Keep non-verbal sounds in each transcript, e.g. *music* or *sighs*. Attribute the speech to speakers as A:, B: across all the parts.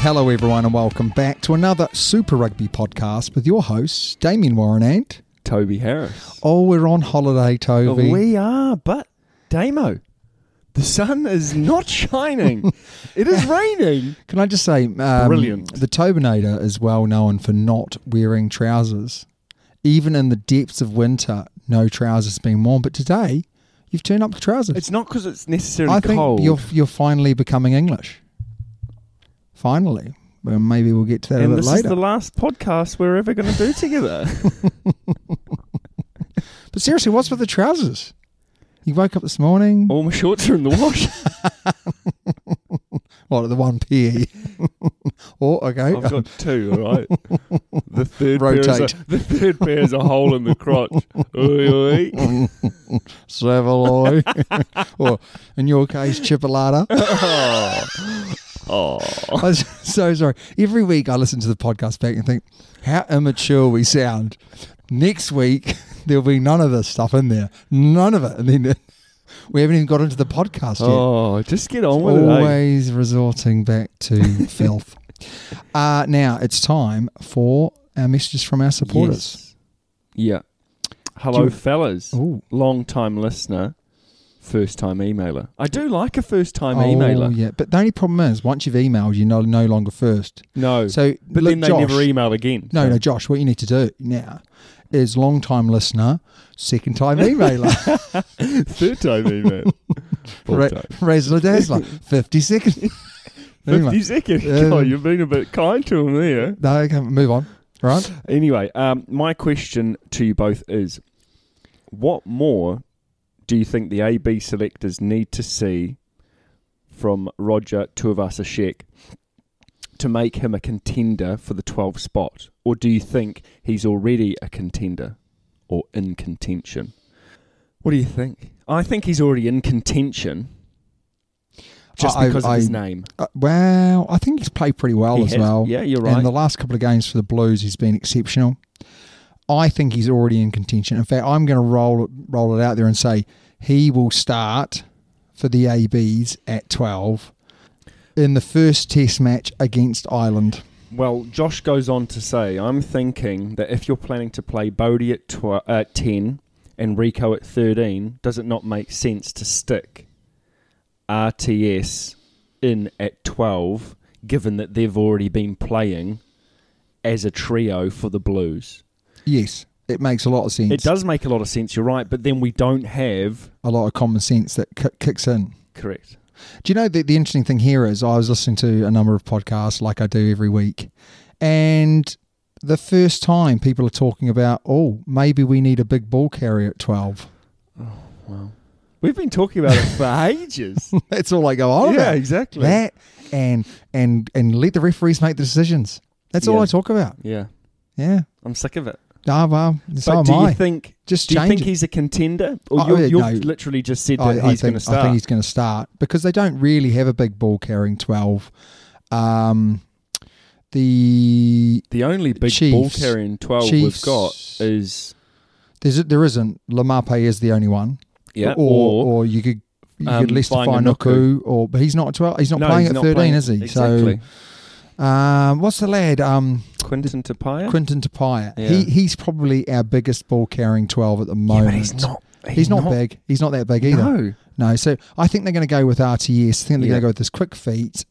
A: Hello, everyone, and welcome back to another Super Rugby podcast with your hosts, Damien Warren and.
B: Toby Harris.
A: Oh, we're on holiday, Toby.
B: We are, but Damo, the sun is not *laughs* shining. it is raining.
A: Can I just say, um,
B: Brilliant.
A: The Tobinator is well known for not wearing trousers, even in the depths of winter. No trousers being worn, but today you've turned up the trousers.
B: It's not because it's necessarily
A: I think
B: cold.
A: you're you're finally becoming English. Finally, well, maybe we'll get to that a
B: and
A: bit
B: this is
A: later.
B: the last podcast we're ever going to do *laughs* together.
A: but seriously, what's with the trousers? You woke up this morning.
B: All my shorts are in the *laughs* wash.
A: What the one pair? *laughs* oh, okay. *laughs*
B: I've got two, all right? The third, Pair is a,
A: Rotate.
B: the third pair is a hole in the *laughs* crotch. Oi, *laughs* oi.
A: Savaloy, *laughs* or in your case, Chipolata.
B: *laughs* Oh.
A: I'm *laughs* so sorry. Every week I listen to the podcast back and think how immature we sound. Next week *laughs* there'll be none of this stuff in there, none of it, and then *laughs* we haven't even got into the podcast yet.
B: oh, just get on with it. eh?
A: Always resorting back
B: *laughs*
A: to filth. Uh, now it's time for our messages from our supporters.
B: Yes. Yeah. Hello,
A: you-
B: fellas.
A: Ooh.
B: Long time listener, first time emailer. I do like a first time
A: oh,
B: emailer.
A: yeah. But the only problem is, once you've emailed, you're no, no longer first.
B: No.
A: So,
B: but
A: look,
B: then they
A: Josh-
B: never email again.
A: No,
B: so- *laughs*
A: no, Josh, what you need to do now is long time listener, second time emailer, *laughs*
B: Third time email. Fourth
A: Ra-
B: time.
A: Razzler Dazzler, 50 second.
B: *laughs* Fifty
A: anyway,
B: seconds.
A: Um,
B: God, you've been a bit kind to him there.
A: no, okay, move on. Right?
B: Anyway, um, my question to you both is: What more do you think the AB selectors need to see from Roger Tuivasa-Sheck to make him a contender for the 12 spot, or do you think he's already a contender or in contention? What do you think? I think he's already in contention. Just
A: I-
B: because
A: I-
B: of his name.
A: Uh, well, I think he's played pretty well
B: He
A: as
B: has-
A: well.
B: yeah, you're
A: In
B: right.
A: the last couple of games for the Blues, he's been exceptional. I think he's already in contention. In fact, I'm going to roll it, roll it out there and say he will start for the ABs at 12 in the first Test match against Ireland.
B: Well, Josh goes on to say, I'm thinking that if you're planning to play Bodie at tw- uh, 10 and Rico at 13, does it not make sense to stick RTS in at 12, given that they've already been playing as a trio for the Blues?
A: Yes, it makes a lot of sense.
B: It does make a lot of sense, you're right, but then we don't have.
A: a lot of common sense that ki kicks in.
B: Correct.
A: Do you know the, the interesting thing here is I was listening to a number of podcasts like I do every week, and the first time people are talking about, oh, maybe we need a big ball carrier at 12.
B: We've been talking about it for *laughs* ages.
A: *laughs* That's all I go on
B: Yeah,
A: about.
B: exactly.
A: That and and and let the referees make the decisions. That's all
B: Yeah.
A: I talk about.
B: yeah,
A: Yeah.
B: I'm sick of it.
A: Ah, well, so
B: but
A: am
B: do
A: I.
B: you think?
A: Just
B: do you
A: change
B: think
A: it.
B: he's a contender? Or
A: Oh,
B: you,
A: yeah,
B: you've
A: no.
B: literally just said
A: I,
B: that
A: I
B: he's going
A: think,
B: to start.
A: I think he's going to start because they don't really have a big ball carrying 12. Um, the
B: the only big ball
A: Chiefs.
B: carrying twelve
A: Chiefs.
B: we've got is
A: there's, there isn't. Lamape is the only one.
B: yeah,
A: or, or, you could you
B: um,
A: could list
B: find a
A: Nuku, or but he's not 12. He's not
B: No,
A: playing
B: he's
A: at
B: not
A: 13,
B: playing-
A: is he?
B: Exactly.
A: So um, what's the lad? Um,
B: Quinton Tapia.
A: Quinton Tapia.
B: Yeah.
A: He he's probably our biggest ball carrying 12 at the
B: yeah,
A: moment.
B: but he's not.
A: He's not, big. He's not that big either.
B: No.
A: No, so I think they're going to go with RTS. I think they're
B: Yeah.
A: going to go with this quick feet.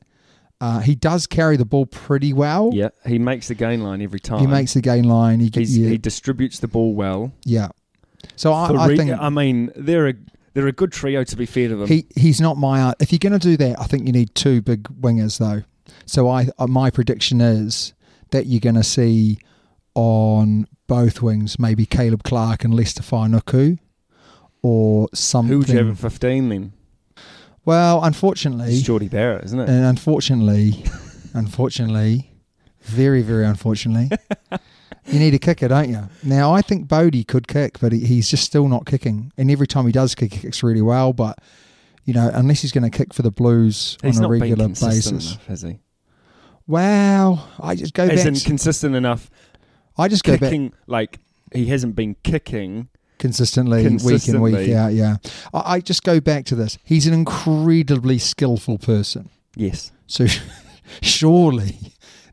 A: Uh, he does carry the ball pretty well.
B: Yeah, he makes the gain line every time.
A: He makes the gain line. He gets
B: He's,
A: yeah,
B: He distributes the ball well.
A: yeah. So I,
B: For
A: I
B: re- uh,
A: think
B: I mean, they're a they're a good trio to be fair to them.
A: he he's not my. out- If you're going to do that, I think you need two big wingers though. So I uh, my prediction is that you're going to see on both wings maybe Caleb Clark and Lester Fanuku or something.
B: Who would you have at fifteen then?
A: Well, unfortunately,
B: It's Jordy Barrett, isn't it?
A: And unfortunately,
B: *laughs*
A: unfortunately, very, very unfortunately,
B: *laughs*
A: you need a kicker, don't you? Now, I think Bodie could kick, but he, he's just still not kicking. And every time he does kick, he kicks really well. But, you know, unless he's going to kick for the Blues
B: He's
A: on
B: not
A: a regular
B: been consistent
A: basis.
B: enough, has he?
A: Wow. I just go
B: As
A: back.
B: in consistent enough
A: I just go back
B: kicking like he hasn't been kicking.
A: consistently, week in, week
B: Consistently.
A: out. Yeah. I, I just go back to this. He's an incredibly skillful person.
B: Yes.
A: So *laughs* surely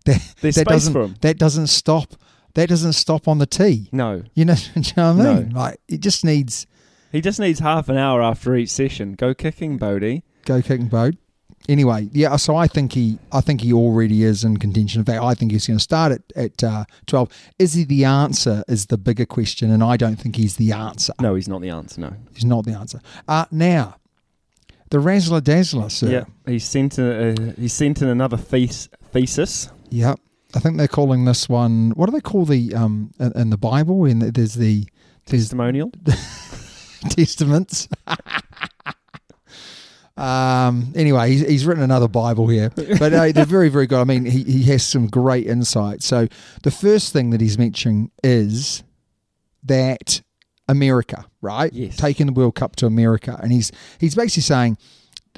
A: that,
B: There's
A: that
B: space
A: doesn't
B: for 'em.
A: that doesn't stop that doesn't stop on the tee.
B: No.
A: You know, *laughs* do you know what I
B: No.
A: mean? Like it just needs
B: He just needs half an hour after each session. Go kicking, Bodie.
A: go kicking boat. Anyway, yeah. So I think he, I think he already is in contention. In fact, I think he's going to start at at uh, twelve. Is he the answer? Is the bigger question, and I don't think he's the answer.
B: No, he's not the answer, no.
A: He's not the answer. Uh, now, the razzler dazzler, sir.
B: Yeah. He's sent a, uh, he's sent in another thes- thesis.
A: Yep. I think they're calling this one. What do they call the um in, in the Bible? In the, there's the there's
B: Testimonial.
A: *laughs* testaments. um. Anyway, he's, he's written another Bible here, but uh, they're very very good. I mean, he he has some great insight. So the first thing that he's mentioning is that America, right?
B: Yes.
A: Taking the World Cup to America, and he's he's basically saying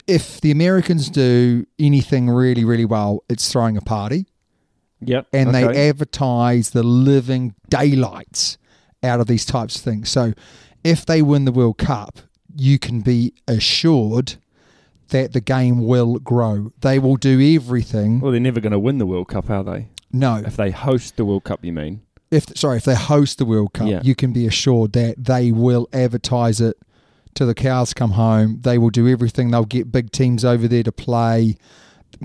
A: if the Americans do anything really really well, it's throwing a party
B: Yep.
A: and
B: okay.
A: they advertise the living daylights out of these types of things. So if they win the World Cup, you can be assured that the game will grow. They will do everything.
B: Well, they're never going to win the World Cup, are they?
A: No,
B: If they host the World Cup, you mean?
A: if sorry, if they host the World Cup,
B: Yeah.
A: you can be assured that they will advertise it till the cows come home. They will do everything. They'll get big teams over there to play.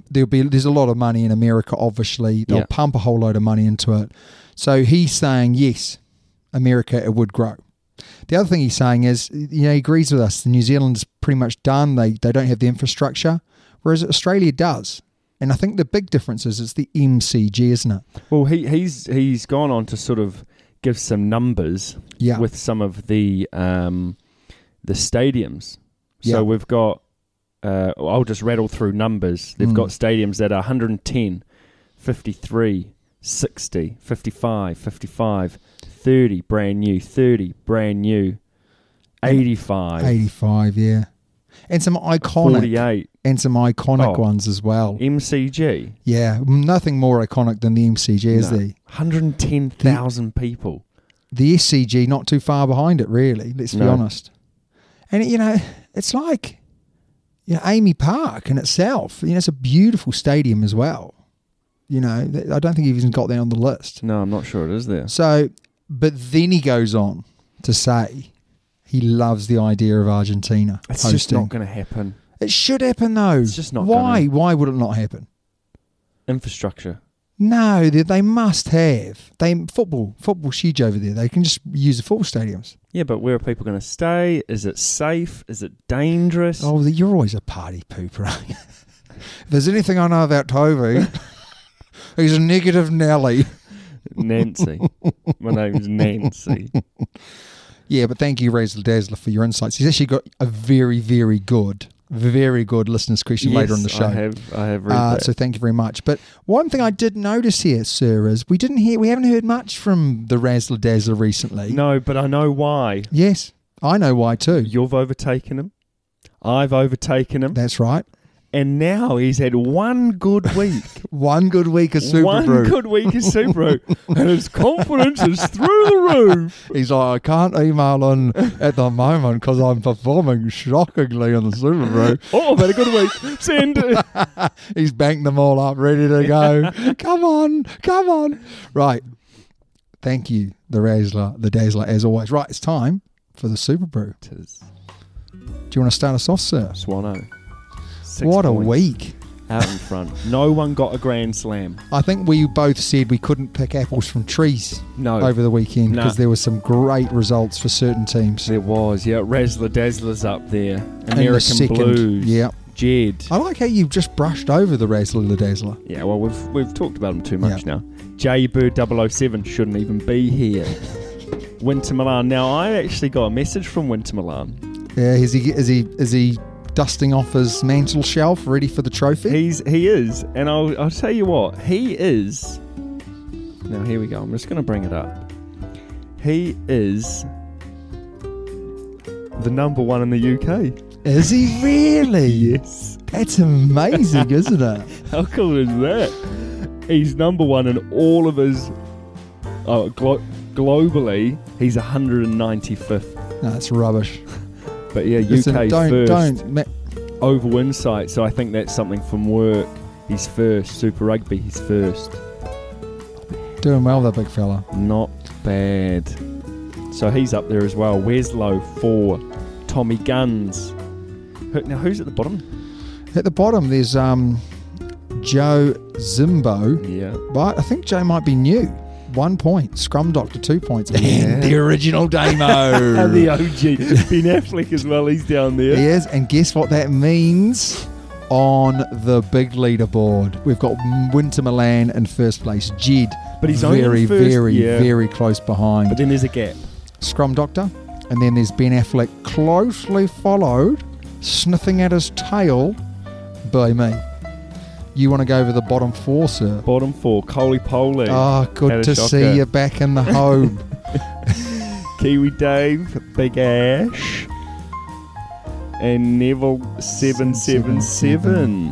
A: There'll be there's a lot of money in America. Obviously, they'll
B: Yeah.
A: pump a whole load of money into it. So he's saying yes, America it would grow. The other thing he's saying is, you know, he agrees with us. New Zealand's pretty much done. They they don't have the infrastructure, whereas Australia does. And I think the big difference is it's the MCG, isn't it?
B: Well, he, he's he's gone on to sort of give some numbers
A: Yeah.
B: with some of the um, the stadiums.
A: Yeah.
B: So we've got. Uh, I'll just rattle through numbers. They've
A: Mm.
B: got stadiums that are 110, 53, 60, 55, 55, 30 brand new, 30 brand new, 85,
A: 85, yeah. And some iconic
B: 48,
A: and some iconic
B: Oh.
A: ones as well.
B: MCG.
A: Yeah, nothing more iconic than the MCG is
B: No.
A: there.
B: 110,000 people.
A: The SCG not too far behind it really, let's be
B: No.
A: honest. And you know, it's like you know Amy Park in itself, you know it's a beautiful stadium as well. You know, th- I don't think you've even got that on the list.
B: No, I'm not sure it is there.
A: So, but then he goes on to say he loves the idea of Argentina
B: It's
A: hosting.
B: just not going to happen.
A: it should happen though.
B: It's just not
A: Why?
B: gonna.
A: Why would it not happen?
B: Infrastructure.
A: No, they, they must have. They football, football's huge over there. They can just use the football stadiums.
B: Yeah, but where are people going to stay? Is it safe? Is it dangerous?
A: Oh, you're always a party pooper. Aren't you? if there's anything I know about Toby, *laughs* he's a negative Nelly. *laughs*
B: Nancy. My name's Nancy.
A: Yeah, but thank you, Razzle Dazzler, for your insights. He's actually got a very, very good very good listeners' question later on the show.
B: I have, I have read
A: Uh,
B: that.
A: so thank you very much. But one thing I did notice here, sir, is we didn't hear, we haven't heard much from the Razzler Dazzler recently.
B: no, but I know why.
A: Yes, I know why too.
B: You've overtaken him. I've overtaken him.
A: That's right.
B: And now he's had one good week.
A: One good week of *laughs* Super
B: one
A: Brew.
B: good week is
A: *laughs*
B: Subaru, and his confidence is through the roof.
A: He's like, I can't email on at the moment because I'm performing shockingly on the Super Brew.
B: Oh, I've had a good week.
A: *laughs*
B: Send. it.
A: He's banked them all up, ready to
B: *laughs*
A: go. come on, come on. Right. Thank you, the Razzler, the Dazzler, as always. Right, it's time for the Super Brew. Do you want to start us off, sir?
B: Swano. Six
A: what a
B: points
A: week.
B: Out in front. No one got a grand slam.
A: I think we both said we couldn't pick apples from trees
B: No.
A: over the weekend
B: Nah.
A: because there were some great results for certain teams.
B: There was, yeah. Razzler Dazzler's up there.
A: the
B: American
A: second,
B: Blues.
A: yeah.
B: Jed.
A: I like how you just brushed over the Razzler the Dazzler.
B: Yeah, well, we've we've talked about him too much now. J Bird 007 shouldn't even
A: *laughs*
B: be here. Winter Milan. Now, I actually got a message from Winter Milan.
A: Yeah, is he is he is he dusting off his mantle shelf, ready for the trophy?
B: He's he is, and I'll I'll tell you what he is. Now here we go. I'm just going to bring it up. He is the number one in the UK.
A: is he really?
B: *laughs* Yes.
A: That's amazing, *laughs* isn't it?
B: How cool is that? He's number one in all of his. Oh, glo- globally, he's 195th.
A: No, it's rubbish.
B: But yeah, UK
A: Listen, don't
B: 1st
A: don't ma-
B: over Insight, so I think that's something from work. He's first Super Rugby. He's first.
A: doing well, that big fella.
B: Not bad. So he's up there as well. Weslow four, Tommy Guns. Who- Now who's at the bottom?
A: At the bottom, there's um, Joe Zimbo,
B: Yeah.
A: but I think Joe might be new. One point, Scrum Doctor two
B: *laughs*
A: points,
B: Yeah.
A: and the original demo. *laughs*
B: And Uh, the OG *laughs* Ben Affleck as well. He's down there.
A: He is, and guess what that means? On the big leaderboard, we've got Winter Milan in first place. Jed,
B: But he's only in
A: very,
B: first,
A: very,
B: yeah.
A: very close behind.
B: But then there's a gap.
A: Scrum Doctor, and then there's Ben Affleck, closely followed, sniffing at his tail by me. You want to go over the bottom four, sir?
B: Bottom four. Coley Poley.
A: Ah,
B: Had a
A: good to
B: shocker.
A: see you back in the
B: *laughs*
A: home.
B: Kiwi Dave. Big Ash. And Neville seven seven seven.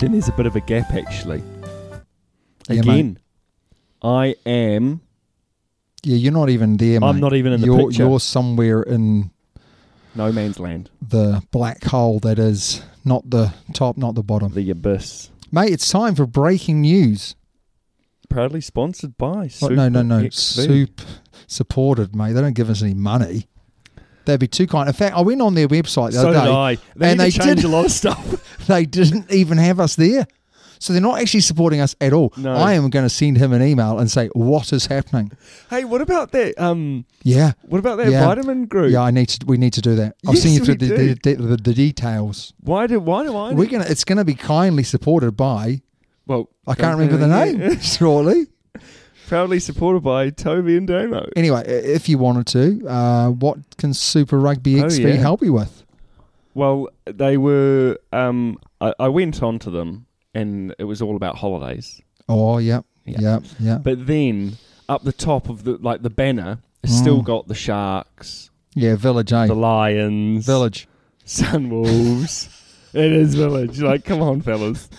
B: Then there's a bit of a gap actually.
A: Yeah, mate.
B: Again. I am
A: yeah, you're not even there, mate.
B: I'm not even in the
A: you're,
B: picture.
A: You're somewhere in
B: no man's land.
A: the black hole that is not the top, not the bottom.
B: The abyss.
A: Mate, it's time for breaking news.
B: Proudly sponsored by
A: Oh,
B: Super
A: no, no, no.
B: XV.
A: Soup supported, mate. They don't give us any money. That'd be too kind. In fact, I went on their website the
B: So
A: other
B: did
A: day,
B: I. They
A: and
B: need
A: they
B: to change
A: did.
B: a lot of stuff. *laughs*
A: *laughs* They didn't even have us there, so they're not actually supporting us at all.
B: No.
A: I am going to send him an email and say what is happening.
B: hey, what about that? Um,
A: Yeah,
B: what about that
A: Yeah.
B: vitamin group?
A: yeah. I need to. We need to do that. I'll
B: Yes,
A: send you through
B: we
A: the, the, the, the, details.
B: Why do Why do I?
A: We're gonna. It's gonna be kindly supported by.
B: well,
A: I can't remember
B: *laughs*
A: the name. Surely.
B: Proudly supported by Toby and Damo.
A: Anyway, i- if you wanted to, uh, what can Super Rugby
B: Oh,
A: XV
B: yeah.
A: help you with?
B: Well, they were. Um, I, I went on to them, and it was all about holidays.
A: Oh, yeah,
B: Yeah.
A: yeah, yeah.
B: But then up the top of the like the banner, it's
A: Mm.
B: still got the sharks,
A: Yeah, village, eh?
B: the lions,
A: Village.
B: *laughs* sun wolves. it is village. Like, come
A: *laughs*
B: on, fellas.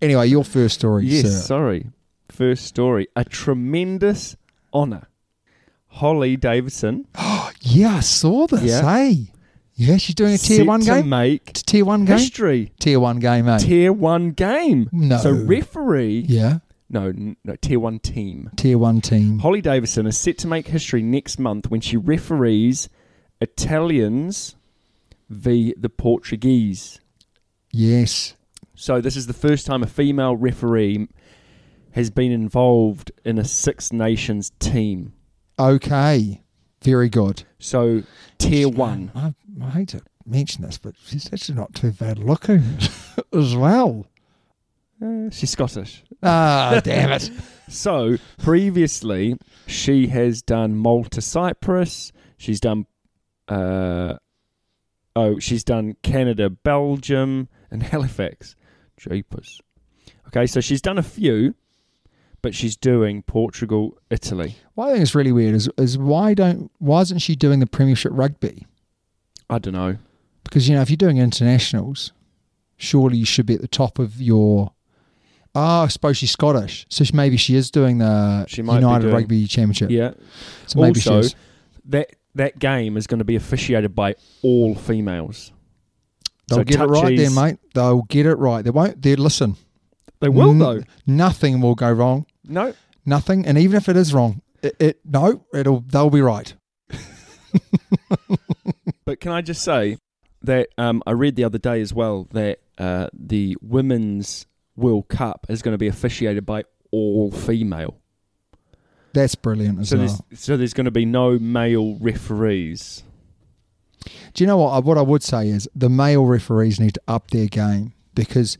A: Anyway, your first story,
B: Yes,
A: sir.
B: sorry. First story. A tremendous honour. Holly Davidson.
A: Yeah, I saw this,
B: Yeah.
A: hey? Yeah, she's doing a tier
B: set
A: one
B: to
A: game?
B: make
A: T- tier one game?
B: history.
A: Tier one game, eh?
B: Tier one game.
A: No.
B: So referee.
A: yeah,
B: No, n- no. Tier one team.
A: tier one team.
B: Holly Davidson is set to make history next month when she referees Italians v the Portuguese.
A: Yes.
B: So this is the first time a female referee has been involved in a Six Nations team.
A: Okay. Very good.
B: So tier one.
A: I, I hate to mention this, but she's actually not too bad looking *laughs* as well.
B: Uh, she's Scottish.
A: Ah, damn it.
B: So previously, she has done Malta, Cyprus. She's done uh, Oh, she's done Canada, Belgium, and *laughs* Halifax. Jeepers. Okay, so she's done a few, but she's doing Portugal, Italy.
A: What I think is really weird is, is why don't why isn't she doing the Premiership rugby?
B: I don't know.
A: Because you know if you're doing internationals, surely you should be at the top of your. Ah, I suppose she's Scottish, so she- maybe she is doing the
B: She might be
A: United
B: doing-
A: Rugby Championship.
B: Yeah.
A: so maybe she
B: also,
A: is.
B: that that game is going to be officiated by all females.
A: They'll
B: so
A: get it right
B: touchies-
A: then, mate. They'll get it right. They won't. They listen.
B: They will
A: N-
B: though.
A: Nothing will go wrong.
B: No,
A: Nothing. And even if it is wrong, it, it no, it'll they'll be right.
B: But can I just say that um, I read the other day as well that uh, the Women's World Cup is going to be officiated by all female.
A: That's brilliant as
B: So
A: well.
B: there's, so there's going to be no male referees.
A: Do you know what? What I would say is the male referees need to up their game because,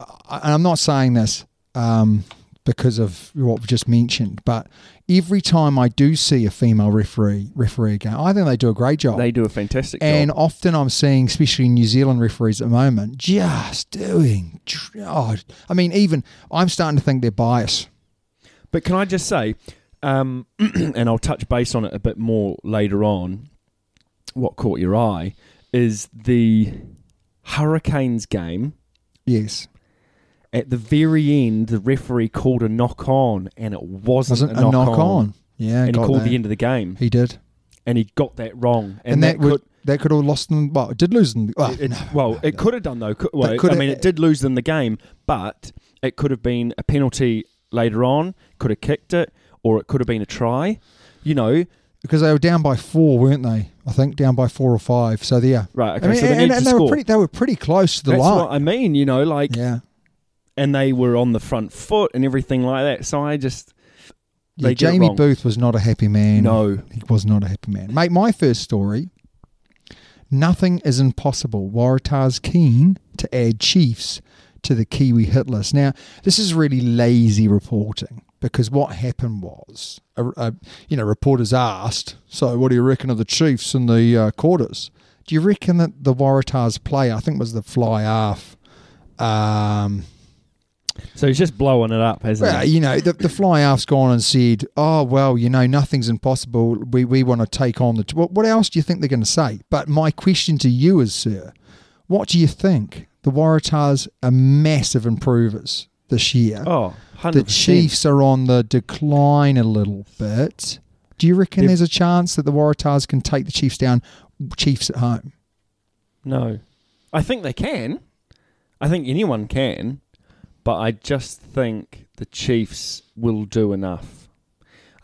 A: uh, and I'm not saying this um, because of what we just mentioned, but every time I do see a female referee referee a game, I think they do a great job.
B: They do a fantastic
A: and
B: job.
A: often I'm seeing, especially New Zealand referees at the moment, just doing. dr- Oh, I mean, even I'm starting to think they're biased.
B: But can I just say, um, *clears throat* and I'll touch base on it a bit more later on. What caught your eye is the Hurricanes game.
A: Yes,
B: At the very end, the referee called a knock on, and it
A: wasn't
B: wasn't, a knock, on.
A: Yeah,
B: and he
A: got
B: called
A: that.
B: the end of the game,
A: He did,
B: and he got that wrong,
A: and, that, would that could have lost them. Well, it did lose them. Well,
B: could, it,
A: *sighs* no.
B: well, it could have done though. Could, well,
A: That could
B: I mean,
A: have-
B: it did lose them the game, but it could have been a penalty later on. Could have kicked it, or it could have been a try. You know,
A: because they were down by four, weren't they? I think down by four or five. So yeah,
B: Right, okay,
A: I mean,
B: so they
A: and,
B: need
A: and
B: to
A: they
B: score.
A: were pretty. They were pretty close to the
B: that's
A: line.
B: what I mean. You know, like,
A: yeah,
B: and they were on the front foot and everything like that. So I just
A: yeah.
B: they get it
A: Jamie
B: wrong.
A: Booth was not a happy man.
B: no.
A: he was not a happy man. Mate, my first story. Nothing is impossible. Waratah's keen to add Chiefs to the Kiwi hit list. Now, this is really lazy reporting because what happened was, a, a- you know, reporters asked, "So, what do you reckon of the Chiefs in the uh, quarters? Do you reckon that the Waratahs play? I think it was the fly half." Um,
B: So he's just blowing it up, hasn't
A: well,
B: he?
A: you know, the, the fly half's gone and said, "Oh well, you know, nothing's impossible. We we want to take on the. T- what, what else do you think they're going to say?" But my question to you is, sir, what do you think? The Waratahs are massive improvers this year.
B: Oh, 100%.
A: the Chiefs are on the decline a little bit. Do you reckon
B: They've-
A: there's a chance that the Waratahs can take the Chiefs down? Chiefs at home.
B: No. I think they can. I think anyone can. But I just think the Chiefs will do enough.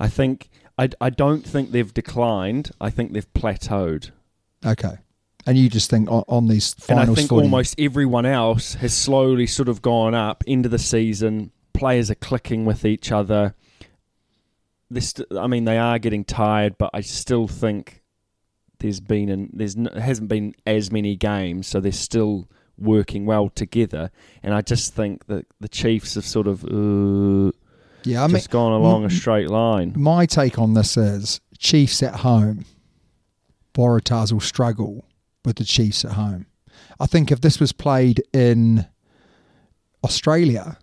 B: I think. I, I don't think they've declined. I think they've plateaued.
A: Okay, and you just think on, on these finals
B: and I think
A: footing-
B: almost everyone else has slowly sort of gone up into the season. Players are clicking with each other. This, I mean, they are getting tired, but I still think there's been and there's n- hasn't been as many games, so they're still working well together. And I just think that the Chiefs have sort of uh,
A: yeah, I mean,
B: just gone along a
A: m-
B: straight line.
A: my take on this is Chiefs at home, Waratahs will struggle with the Chiefs at home. I think if this was played in Australia,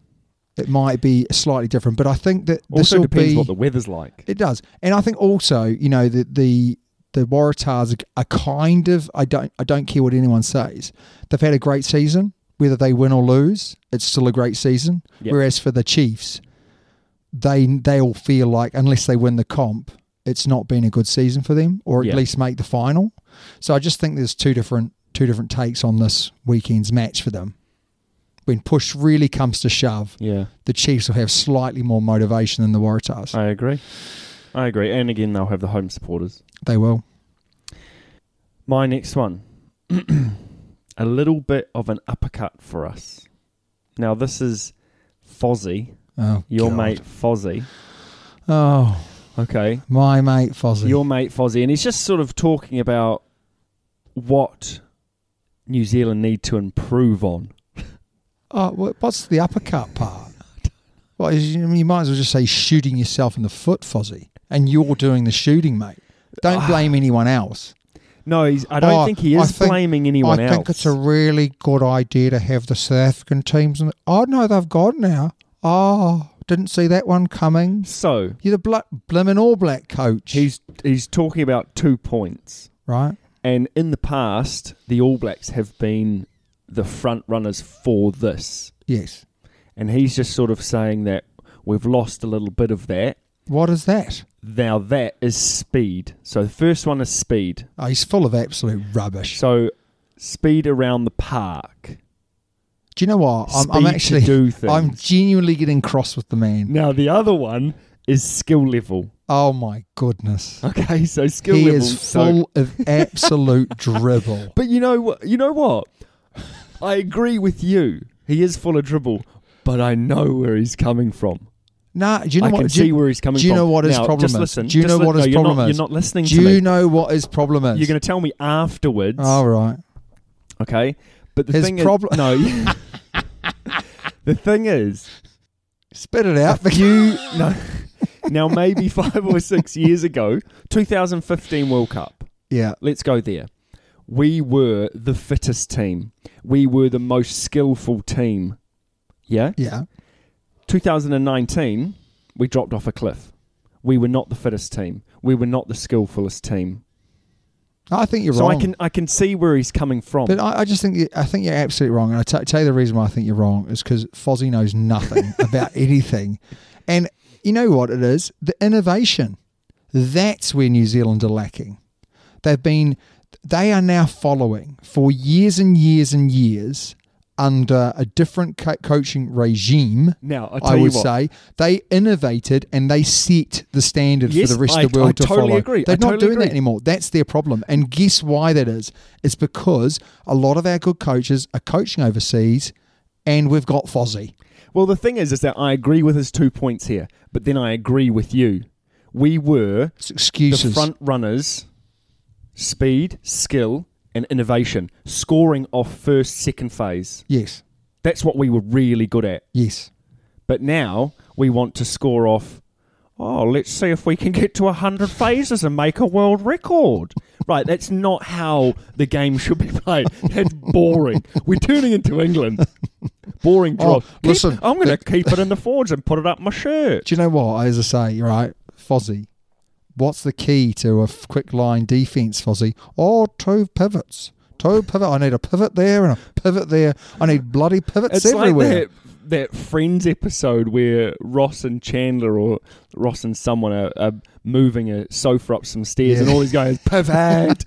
A: it might be slightly different. But I think that this
B: Also
A: will
B: depends
A: be
B: what the weather's like.
A: it does, and I think also you know the the the Waratahs are kind of I don't I don't care what anyone says. They've had a great season. Whether they win or lose, it's still a great season.
B: Yep.
A: Whereas for the Chiefs, they they all feel like unless they win the comp, it's not been a good season for them, or at
B: Yeah.
A: least make the final. So I just think there's two different two different takes on this weekend's match for them. When push really comes to shove,
B: Yeah,
A: the Chiefs will have slightly more motivation than the Waratahs.
B: I agree. I agree. And again, they'll have the home supporters.
A: They will.
B: My next one. *clears throat* a little bit of an uppercut for us. Now, this is Fozzie,
A: Oh,
B: your
A: God.
B: mate Fozzie.
A: Oh,
B: Okay.
A: my mate Fozzie.
B: Your mate Fozzie. And he's just sort of talking about what New Zealand need to improve on.
A: oh, wh- what's the uppercut part? Well, you you might as well just say shooting yourself in the foot, Fozzie, and you're doing the shooting, mate. Don't blame anyone else.
B: No, he's, Ah. I don't
A: Oh,
B: think he
A: I
B: is
A: think-
B: blaming anyone
A: I
B: else.
A: think it's a really good idea to have the South African teams. In the, oh no, they've got now. Oh, didn't see that one coming.
B: so
A: You're the bl- blimmin' All Black coach.
B: he's he's talking about two points.
A: right.
B: And in the past, the All Blacks have been the front runners for this.
A: Yes.
B: And he's just sort of saying that we've lost a little bit of that.
A: What is that?
B: Now that is speed. So the first one is speed.
A: Oh, he's full of absolute rubbish.
B: So speed around the park.
A: Do you know what? I'm,
B: Speed
A: I'm
B: to
A: actually,
B: do things.
A: I'm genuinely getting cross with the man.
B: Now the other one is skill level. *laughs*
A: Oh my goodness,
B: Okay, so skill
A: he
B: level.
A: is
B: so-
A: full of absolute *laughs* dribble.
B: But you know what? You know what? I agree with you. He is full of dribble, but I know where he's coming from.
A: Nah, do you know
B: I
A: what?
B: can
A: do
B: see where he's coming
A: Do you
B: from.
A: know what his
B: Now,
A: problem
B: just
A: is?
B: listen,
A: do you
B: just
A: know
B: li-
A: what his
B: no, you're
A: problem
B: not-
A: is?
B: you're not listening
A: Do
B: to
A: you
B: me.
A: know what his problem is?
B: You're going to tell me afterwards,
A: All right.
B: okay? But the
A: His
B: thing
A: problem-
B: is, *laughs*
A: *laughs*
B: no. the thing is,
A: Spit it out.
B: *laughs* you no.
A: *laughs*
B: Now maybe five or six years ago, 2015 World Cup.
A: yeah.
B: Let's go there. We were the fittest team. We were the most skillful team. Yeah.
A: Yeah.
B: 2019, we dropped off a cliff. We were not the fittest team. We were not the skillfulest team.
A: I think you're
B: so
A: wrong.
B: I can I can see where he's coming from.
A: but I, I just think you, I think you're absolutely wrong, and I t- tell you the reason why I think you're wrong is because Fozzie knows
B: *laughs*
A: nothing about anything, and you know what it is the innovation. That's where New Zealand are lacking. They've been they are now following for years and years and years under a different co- coaching regime.
B: now I tell
A: I
B: you
A: would
B: what.
A: say they innovated and they set the standard
B: Yes,
A: for the rest
B: I-
A: of the world
B: I
A: to
B: totally
A: follow.
B: agree. I
A: They're not
B: totally
A: doing that
B: agree.
A: anymore. That's their problem. And guess why that is? It's because a lot of our good coaches are coaching overseas, and we've got Fozzie.
B: Well, the thing is, is that I agree with his two points here, but then I agree with you. We were
A: It's
B: the
A: excuses.
B: front runners, speed, skill, and innovation, scoring off first, second phase.
A: yes,
B: That's what we were really good at.
A: yes.
B: But now we want to score off. Oh, let's see if we can get to 100 phases and make a world record. Right, that's not how the game should be played. That's boring. We're turning into England. Boring
A: Oh,
B: drop. Keep-
A: listen,
B: I'm going to
A: the-
B: keep it in the forge and put it up my shirt.
A: Do you know what? As I say, right, Fozzie. What's the key to a f- quick line defense, Fozzie? Oh, two pivots. Two pivot. I need a pivot there and a pivot there. I need bloody pivots
B: It's
A: everywhere.
B: like that, that Friends episode where Ross and Chandler or Ross and someone are, are moving a sofa up some stairs and
A: Yeah.
B: all
A: *laughs*
B: these guys, pivot,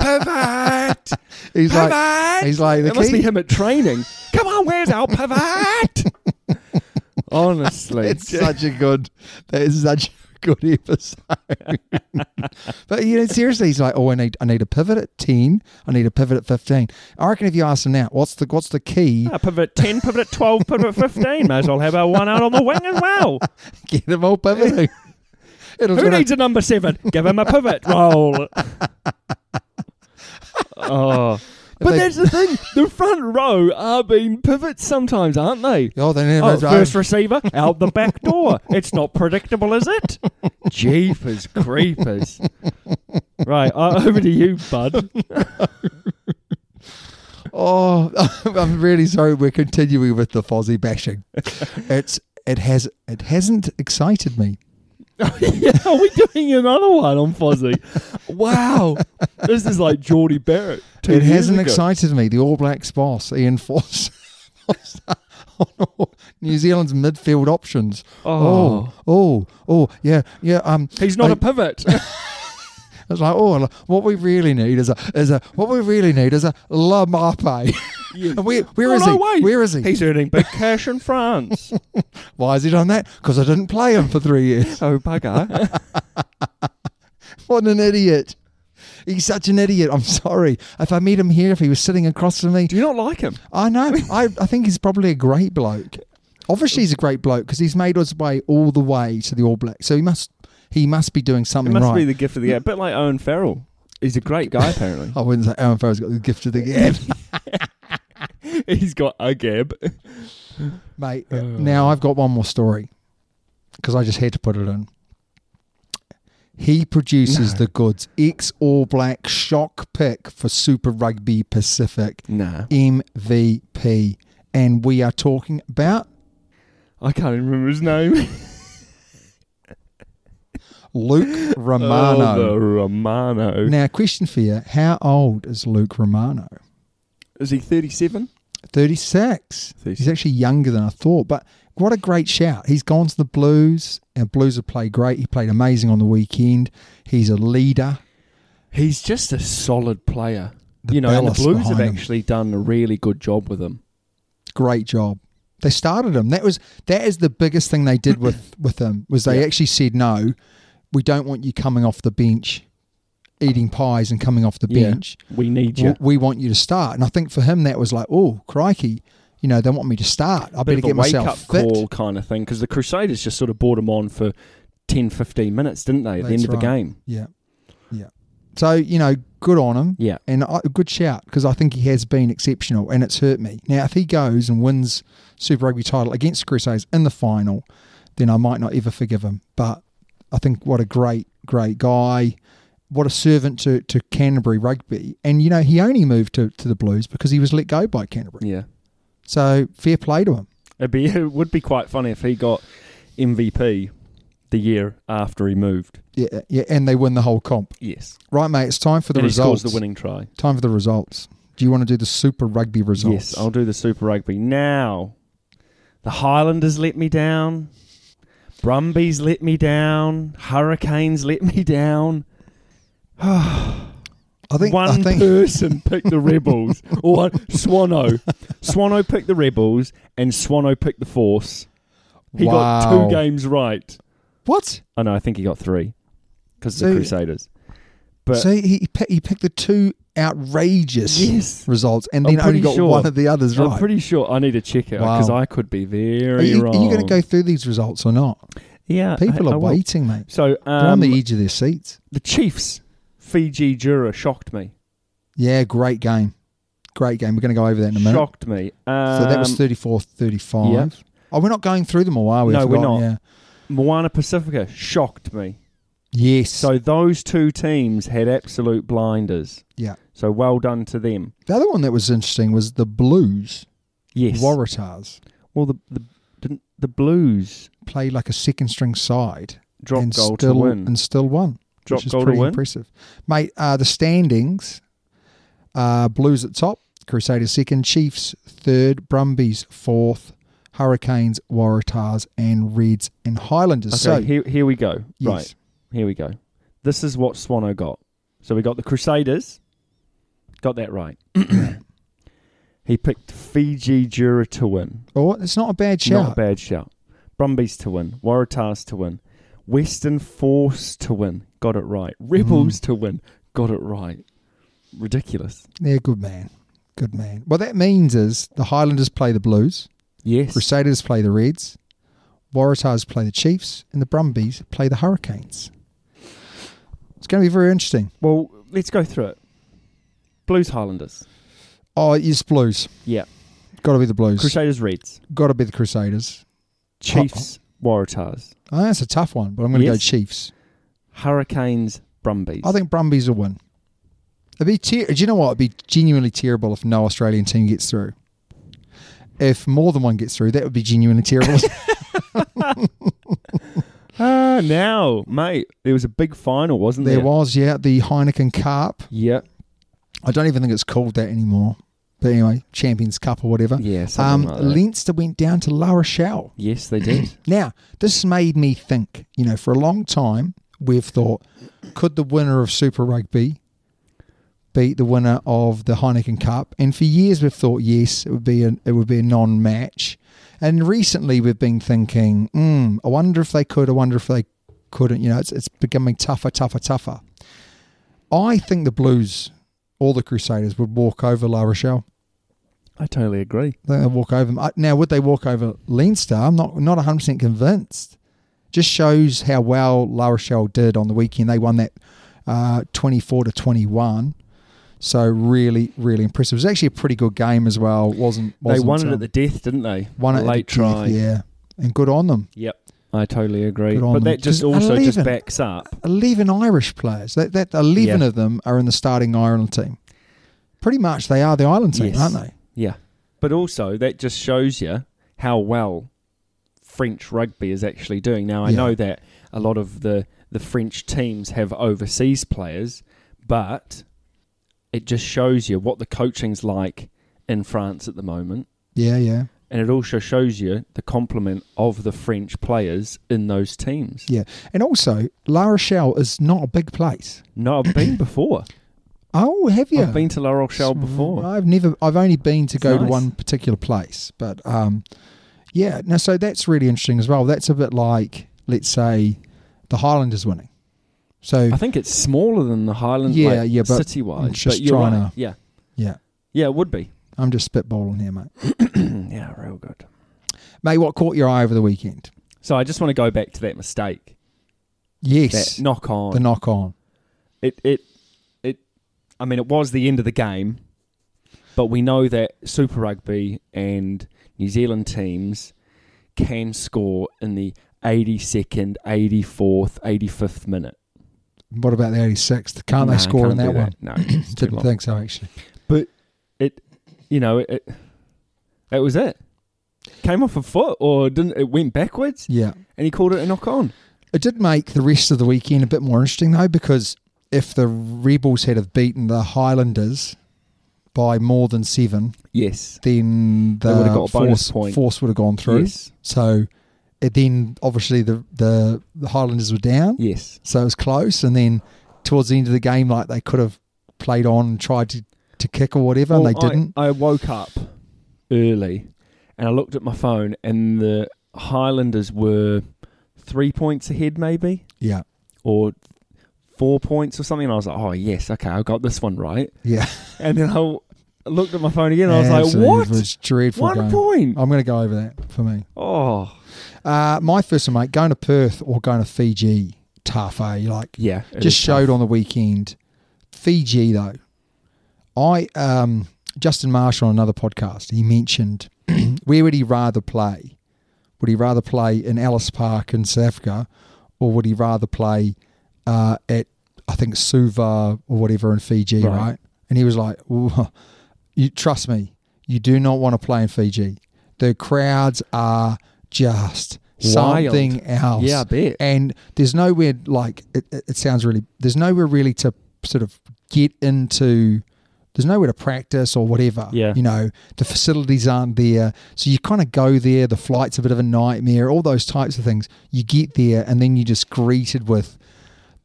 B: pivot.
A: He's
B: pivot.
A: like, he's like the
B: it must
A: key.
B: be him
A: *laughs*
B: at training. Come on, where's our pivot? Honestly,
A: It's such a good. That is such a good episode. *laughs* but you know, seriously, he's like, "Oh, I need, I need a pivot at ten. I need a pivot at 15. I reckon if you ask him now, what's the, what's the key?
B: Ah, pivot 10, pivot 12, pivot 15. May as well have our one out on the wing as well.
A: *laughs* Get them all pivoting. *laughs* It'll
B: Who
A: gonna-
B: needs a number seven? Give him a pivot
A: *laughs*
B: roll. oh. But
A: They-
B: that's the thing. The front row are being pivots sometimes, aren't they?
A: Oh, they never.
B: Oh, first receiver out the back door. It's not predictable, is it? Jeepers creepers. Right, uh, *laughs* over to you, bud. *laughs*
A: oh, *laughs* I'm really sorry. We're continuing with the Fozzie
B: *laughs*
A: bashing. it's it has it hasn't excited me.
B: yeah, are we doing another one on Fozzie? Wow. This is like Geordie Barrett. two
A: it
B: years
A: hasn't
B: ago.
A: excited me. The All Blacks boss, Ian Force. *laughs* New Zealand's midfield options.
B: Oh.
A: oh, oh, oh, yeah, yeah. Um,
B: He's not
A: I-
B: a pivot.
A: It's like, oh, lo- what we really need is a is a what we really need is a La Mape. *laughs* and where where
B: *laughs* Oh,
A: is he?
B: no way.
A: Where is he?
B: He's earning big cash in France.
A: Why has he done that? Because I didn't play him for three years.
B: oh, bugger.
A: *laughs* What an idiot! He's such an idiot. I'm sorry. If I meet him here, if he was sitting across from me,
B: Do you not like him?
A: I
B: *laughs*
A: know. I, I think he's probably a great bloke. Obviously, he's a great bloke because he's made his way all the way to the All Blacks. So he must he must be doing
B: It
A: something
B: must
A: right.
B: be the gift of the gab. bit like Owen Farrell. He's a great guy, apparently.
A: I wouldn't say Aaron Farrell's got the gift of the gab,
B: *laughs* He's got a gab.
A: *laughs* mate. Now I've got one more story because I just had to put it in. He produces the goods. Ex All Black shock pick for Super Rugby Pacific.
B: Nah.
A: MVP. And we are talking about
B: I can't even remember his name.
A: Luke
B: *laughs* Oh,
A: Romano.
B: the Romano.
A: Now, question for you How old is Luke Romano?
B: Is he 37?
A: 36.
B: 36.
A: He's actually younger than I thought, but what a great shout. He's gone to the Blues, and Blues have played great. He played amazing on the weekend. He's a leader.
B: He's just a solid player.
A: The
B: you know, and the
A: ballast
B: Blues have
A: behind him.
B: actually done a really good job with him.
A: Great job. They started him. That was that is the biggest thing they did with with him was they actually said no, we don't want you coming off the bench, eating pies and coming off the bench.
B: We need you.
A: W- We want you to start. And I think for him that was like, oh crikey, you know they want me to start. I
B: Bit
A: better
B: of a
A: get
B: wake
A: myself
B: up
A: fit.
B: call kind of thing because the Crusaders just sort of brought him on for 10, 15 minutes, didn't they, at the end
A: That's
B: of the
A: right.
B: game?
A: Yeah, yeah. So you know, good on him.
B: Yeah.
A: and I, good shout because I think he has been exceptional, and it's hurt me. Now, if he goes and wins Super Rugby title against Crusaders in the final, then I might not ever forgive him. But I think what a great, great guy. What a servant to, to Canterbury rugby. And, you know, he only moved to, to the Blues because he was let go by Canterbury.
B: Yeah.
A: So fair play to him.
B: It'd be, *laughs* it would be quite funny if he got MVP the year after he moved.
A: Yeah, uh, yeah, and they win the whole comp.
B: Yes.
A: Right, mate, it's time for the
B: and
A: results.
B: he scores the winning try.
A: Time for the results. Do you want to do the Super Rugby results?
B: Yes, I'll do the Super Rugby. Now, the Highlanders let me down. Brumbies let me down. Hurricanes let me down.
A: I think,
B: One
A: I think *laughs*
B: person picked the Rebels. or one- Swano. Swano picked the Rebels and Swano picked the Force. He got
A: Wow.
B: two games right.
A: What?
B: Oh, no, I think he got three because of
A: So-
B: the Crusaders. But
A: so he he, pi- he picked the two outrageous
B: Yes.
A: results, and
B: I'm
A: then only
B: pretty
A: got
B: sure.
A: one of the others
B: I'm
A: right.
B: pretty sure I need to check it because
A: Wow.
B: I could be very
A: are you,
B: wrong.
A: going to go through these results or not?
B: Yeah,
A: People
B: I- I
A: are
B: will.
A: waiting, mate.
B: So um,
A: They're on the edge of their seats.
B: the Chiefs, Fiji Jura shocked me.
A: Yeah, great game, great game. We're going to go over that in a minute.
B: Shocked me. Um,
A: so that was 34-35.
B: yeah.
A: Oh, we're not going through them all, are we? I
B: No, we're
A: forgot,
B: not.
A: Yeah.
B: Moana Pacifica shocked me.
A: Yes.
B: So those two teams had absolute blinders.
A: yeah.
B: So well done to them.
A: The other one that was interesting was the Blues
B: Yes.
A: Waratahs
B: well, the the didn't the Blues
A: play like a second string side
B: drop
A: and
B: goal
A: still
B: to win.
A: and still won.
B: Drop
A: which is
B: goal to
A: pretty
B: win.
A: impressive, mate. Uh, the standings: uh, Blues at top, Crusaders second, Chiefs third, Brumbies fourth, Hurricanes, Waratahs, and Reds and Highlanders. so
B: okay, here here we go.
A: Yes.
B: Right. Here we go. This is what Swano got. So we got the Crusaders. Got that
A: *coughs*
B: right. he picked Fiji Jura to win.
A: oh, it's not a bad shout.
B: Not a bad shout. Brumbies to win. Waratahs to win. Western Force to win. Got it right. Rebels
A: Mm.
B: to win. Got it right. Ridiculous.
A: Yeah, good man, good man. What that means is the Highlanders play the Blues,
B: Yes.
A: Crusaders play the Reds, Waratahs play the Chiefs, and the Brumbies play the Hurricanes. It's going to be very interesting.
B: well, let's go through it. Blues Highlanders.
A: Oh, it's Blues.
B: Yeah.
A: Got to be the Blues.
B: Crusaders Reds.
A: Got to be the Crusaders.
B: Chiefs Waratahs.
A: Oh, that's a tough one, but I'm going to
B: Yes.
A: go Chiefs.
B: Hurricanes Brumbies.
A: I think Brumbies will win. It'd be ter- Do you know what? It'd be genuinely terrible if no Australian team gets through. If more than one gets through, that would be genuinely terrible.
B: Ah, now, mate, there was a big final, wasn't there?
A: there was, yeah, the Heineken Cup.
B: Yeah.
A: I don't even think it's called that anymore. But anyway, Champions Cup or whatever.
B: Yeah,
A: Um,
B: something like that.
A: Leinster went down to La Rochelle.
B: Yes, they did.
A: Now, this made me think, you know, for a long time, we've thought, could the winner of Super Rugby beat the winner of the Heineken Cup? And for years we've thought, yes, it would be a, it would be a non-match. And recently we've been thinking, mm, I wonder if they could, I wonder if they couldn't. You know, it's, it's becoming tougher, tougher, tougher. I think the Blues or the Crusaders would walk over La Rochelle.
B: *coughs* I totally agree.
A: I think they'll walk over them. Uh, Now, would they walk over Leinster? I'm not not 100 percent convinced. Just shows how well La Rochelle did on the weekend. They won that uh, 24 to 21. So really, really impressive. It was actually a pretty good game as well. wasn't,
B: They
A: wasn't
B: won it
A: um,
B: at the death, didn't they?
A: won it at the
B: late
A: death,
B: try.
A: Yeah, and good on them.
B: Yep. I totally agree.
A: Good on
B: But
A: them.
B: that just
A: 'Cause
B: also just
A: 11.
B: backs up.
A: 11 Irish players. That, that 11
B: Yeah.
A: of them are in the starting Ireland team. Pretty much they are the Ireland team,
B: Yes.
A: aren't they?
B: Yeah. But also, that just shows you how well French rugby is actually doing. Now, I
A: Yeah.
B: know that a lot of the, the French teams have overseas players, but it just shows you what the coaching's like in France at the moment.
A: Yeah, yeah.
B: And it also shows you the complement of the French players in those teams.
A: Yeah. And also, La Rochelle is not a big place.
B: No,
A: *coughs*
B: I've been before.
A: Oh, have you?
B: I've been to La Rochelle before.
A: I've never. I've only been to
B: It's
A: go to
B: nice.
A: one particular place, but um, yeah. No, so that's really interesting as well. That's a bit like, let's say, the Highlanders winning. So
B: I think it's smaller than the Highland,
A: Yeah,
B: like,
A: yeah, but
B: city-wise.
A: I'm just
B: but you're
A: trying
B: right.
A: to-
B: Yeah,
A: yeah,
B: yeah, it would be.
A: I'm just spitballing here, mate.
B: Yeah, real good.
A: Mate, what caught your eye over the weekend?
B: So I just want to go back to that mistake,
A: Yes,
B: that knock on.
A: the knock on.
B: it, it, it. I mean, it was the end of the game, but we know that Super Rugby and New Zealand teams can score in the 82nd, 84th, 85th minute.
A: What about the 86th? Can't
B: No,
A: they score
B: can't
A: in
B: do
A: that, one?
B: No,
A: *coughs*
B: it's too
A: Didn't
B: long.
A: think so actually.
B: But it, you know, it, it was it. Came off a foot, or didn't it? Went backwards,
A: Yeah.
B: and he called it a knock on.
A: It did make the rest of the weekend a bit more interesting though, because if the Rebels had have beaten the Highlanders by more than seven,
B: Yes,
A: then the
B: They would've got
A: force,
B: a bonus point.
A: force would have gone through.
B: Yes.
A: So it then obviously the, the the Highlanders were down.
B: yes.
A: So it was close and then towards the end of the game like they could have played on and tried to, to kick or whatever and they
B: Well, I-
A: didn't.
B: I, woke up early and I looked at my phone, and the Highlanders were three points ahead, maybe,
A: Yeah.
B: or four points or something. And I was like, oh, yes, okay, I got this one right.
A: Yeah.
B: And then I w- looked at my phone again, and I
A: *laughs*
B: was
A: Absolutely,
B: like,
A: It
B: what?
A: was dreadful.
B: One
A: game. Oh.
B: point.
A: I'm gonna go over that for me.
B: Oh,
A: Uh, my first one, mate, going to Perth or going to Fiji, tough, eh? Like,
B: yeah. it
A: just
B: is tough.
A: showed on the weekend. Fiji, though, I um, Justin Marshall on another podcast, he mentioned *clears throat* where would he rather play? Would he rather play in Alice Park in South Africa, or would he rather play uh, at I think Suva or whatever in Fiji,
B: Right.
A: right? And he was like, "Ooh, "You trust me, you do not want to play in Fiji. The crowds are just
B: Wild.
A: something else.
B: Yeah, I bet.
A: And there's nowhere like it, it, it sounds really. There's nowhere really to sort of get into. There's nowhere to practice or whatever.
B: Yeah.
A: You know, the facilities aren't there. So you kind of go there. The flight's a bit of a nightmare, all those types of things. You get there and then you're just greeted with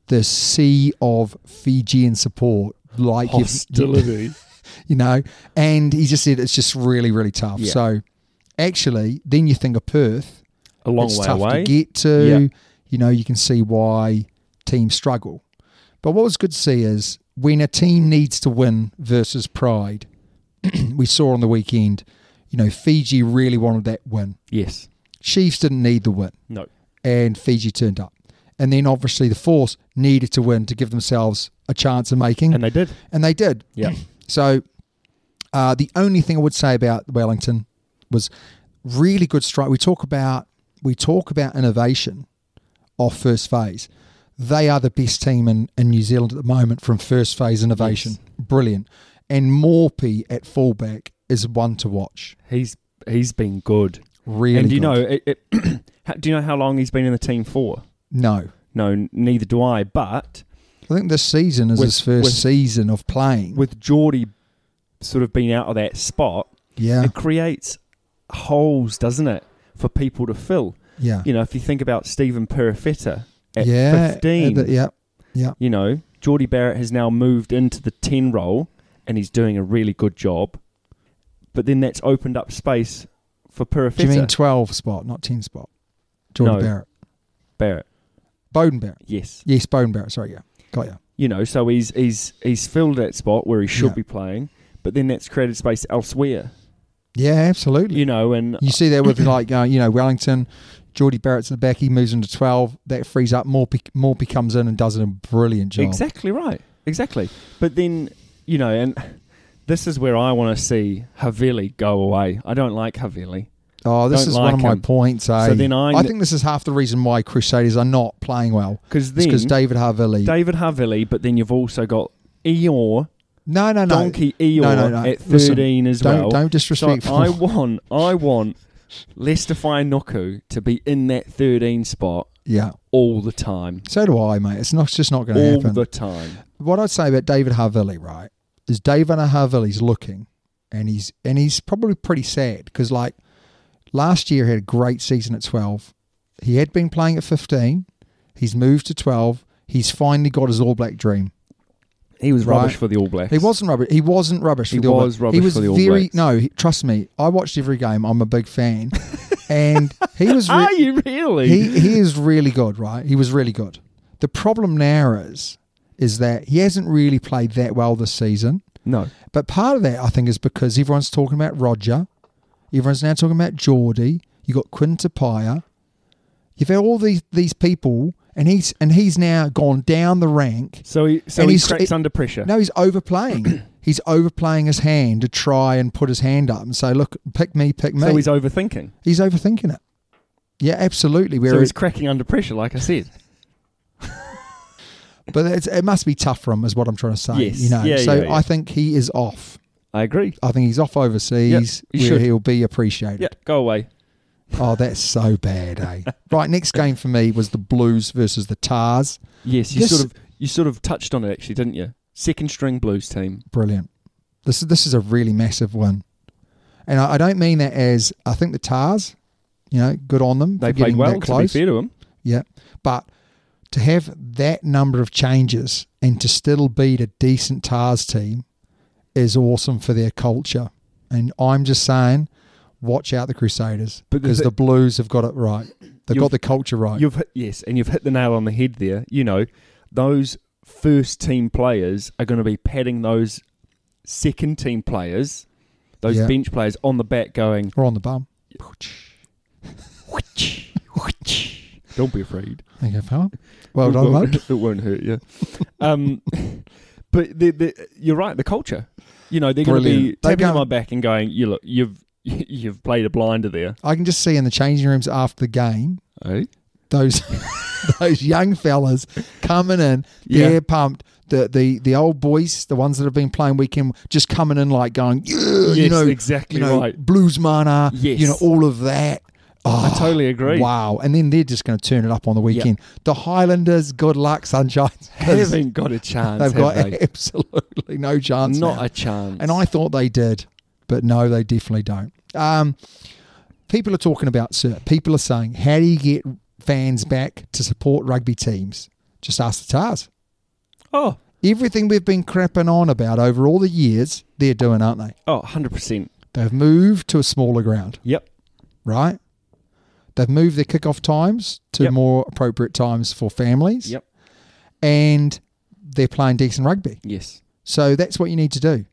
A: the sea of Fijian support. Like you've-
B: Hostility.
A: *laughs* you know. And he just said it's just really, really tough.
B: Yeah.
A: So actually, then you think of Perth,
B: a long
A: it's
B: way
A: tough
B: away.
A: to get to.
B: Yeah.
A: You know, you can see why teams struggle. But what was good to see is when a team needs to win versus pride, *clears throat* we saw on the weekend, you know, Fiji really wanted that win.
B: Yes.
A: Chiefs didn't need the win
B: No.
A: and Fiji turned up. And then obviously the Force needed to win to give themselves a chance of making.
B: And they did.
A: And they did.
B: Yeah.
A: *clears throat* So uh, the only thing I would say about Wellington was really good strike. We talk about we talk about innovation off first phase. They are the best team in, in New Zealand at the moment from first phase innovation.
B: Yes.
A: Brilliant. And Morpy at fullback is one to watch.
B: He's he's been good.
A: Really
B: and do you
A: good.
B: know it, it *clears throat* how- do you know how long he's been in the team for?
A: No.
B: No, n- neither do I. But
A: I think this season is
B: With-
A: his first
B: with-
A: season of playing.
B: with Geordie sort of being out of that spot,
A: yeah.
B: it creates holes, doesn't it, for people to fill.
A: Yeah.
B: You know, if you think about Stephen Perifetta at
A: yeah,
B: 15,
A: uh, th- yeah.
B: you know, Geordie Barrett has now moved into the 10 role and he's doing a really good job. But then that's opened up space for Perifetta.
A: Do you mean 12 spot, not 10 spot? Jordan
B: No.
A: Barrett.
B: Barrett?
A: Bowden Barrett.
B: Yes.
A: Yes, Bowden Barrett. Sorry, yeah. Got you.
B: you know, so he's he's he's filled that spot where he should
A: Yeah.
B: be playing, but then that's created space elsewhere,
A: Yeah, absolutely.
B: you know, and
A: You see that with like, uh, you know, Wellington, Geordie Barrett's in the back. He moves into 12. That frees up. Morpy, Morpy comes in and does a brilliant job.
B: exactly right, exactly. But then you know, and this is where I want to see Havili go away. I don't like Havili.
A: Oh, this
B: Don't
A: is
B: like
A: one of my
B: him.
A: points. Eh?
B: So then I-
A: think this is half the reason why Crusaders are not playing well.
B: 'Cause
A: It's 'cause
B: then-
A: David Havili.
B: David Havili, but then you've also got Eeyore,
A: no, no, no.
B: Donkey Eeyore
A: No, no, no.
B: at
A: Listen,
B: 13 as
A: don't-
B: well.
A: don't disrespect-
B: So I want, I want Lester Nuku to be in that 13 spot
A: Yeah.
B: all the time.
A: So do I, mate. It's not it's just not going to
B: All
A: happen.
B: the time.
A: what I'd say about David Havili, right, is David Havili's looking, and he's and he's probably pretty sad because like last year he had a great season at twelve. He had been playing at fifteen. He's moved to twelve. He's finally got his All Black dream.
B: He was
A: Right.
B: rubbish for the All Blacks.
A: He wasn't rubbish. He wasn't rubbish. For
B: He
A: the All
B: was
A: Black-
B: rubbish
A: He was
B: for the All
A: very
B: Blacks.
A: no. He, trust me, I watched every game. I'm a big
B: *laughs*
A: fan, and he was.
B: Are
A: Re-
B: you really?
A: he he is really good, right? He was really good. The problem now is is that he hasn't really played that well this season.
B: no.
A: But part of that, I think, is because everyone's talking about Roger. Everyone's now talking about Geordie. You got Quintapia. You've had all these these people, and he's and he's now gone down the rank.
B: So he so
A: And
B: he
A: he's-
B: cracks
A: it-
B: under pressure.
A: No, he's
B: *clears throat*
A: overplaying. he's overplaying his hand to try and put his hand up and say, "Look, pick me, pick me."
B: so he's overthinking.
A: He's overthinking it. Yeah, absolutely.
B: So
A: Whereas,
B: he's cracking under pressure, like I said.
A: but it's, it must be tough for him, is what I'm trying to say.
B: Yes.
A: You know,
B: Yeah,
A: so
B: yeah, yeah.
A: I think he is off.
B: *laughs* I agree.
A: I think he's off overseas,
B: he
A: where
B: should.
A: he'll be appreciated.
B: Yeah, go away.
A: Oh, that's so bad,
B: *laughs*
A: eh? right, next game for me was the Blues versus the Tars.
B: Yes, you
A: Yes.
B: sort of you sort of touched on it actually, didn't you? Second string blues team.
A: Brilliant. This is this is a really massive one, and I, I don't mean that as I think the Tars, you know, good on them.
B: They
A: for
B: played
A: getting
B: well.
A: that
B: To be
A: close.
B: fair to them,
A: Yeah, but to have that number of changes and to still beat a decent Tars team is awesome for their culture. And I'm just saying, watch out the Crusaders
B: But the
A: because
B: thi-
A: the Blues have got it right. They've got
B: You've-
A: the culture right.
B: you've hit, yes, and you've hit the nail on the head there. You know, those first team players are going to be patting those second team players, those
A: Yeah.
B: bench players on the back, going,
A: We're on the
B: *laughs*
A: bum.
B: "Don't be afraid."
A: Thank you, pal. Well
B: it
A: done,
B: won't,
A: mate.
B: It won't hurt
A: *laughs*
B: you. Um, but the, the, you're right. The culture, you know, they're going to be
A: Brilliant. They
B: tapping on
A: can't-
B: my back and going, "You look, you've *laughs* you've played a blinder there."
A: I can just see in the changing rooms after the game
B: *laughs* Eh?
A: those *laughs* those young fellas coming in,
B: Yeah.
A: they're pumped. The, the the old boys, the ones that have been playing weekend, just coming in like going, yeah, you
B: Yes,
A: know,
B: exactly
A: you know,
B: right.
A: blues mana,
B: Yes.
A: you know, all of that. Oh,
B: I totally agree.
A: Wow! And then they're just going to turn it up on the weekend. The Highlanders, good luck, Sunshine. *laughs* 'cause
B: Haven't got a
A: *laughs*
B: chance.
A: They've
B: have
A: got
B: they?
A: *laughs* absolutely no chance.
B: not
A: now.
B: a chance.
A: And I thought they did, but no, they definitely don't. Um, people are talking about, sir, people are saying, how do you get fans back to support rugby teams? Just ask the TARS.
B: oh
A: Everything we've been crapping on about over all the years, they're doing, aren't they?
B: oh 100 percent.
A: They've moved to a smaller ground,
B: Yep.
A: right? They've moved their kickoff times to
B: Yep.
A: more appropriate times for families.
B: Yep.
A: And they're playing decent rugby.
B: Yes.
A: So that's what you need to do.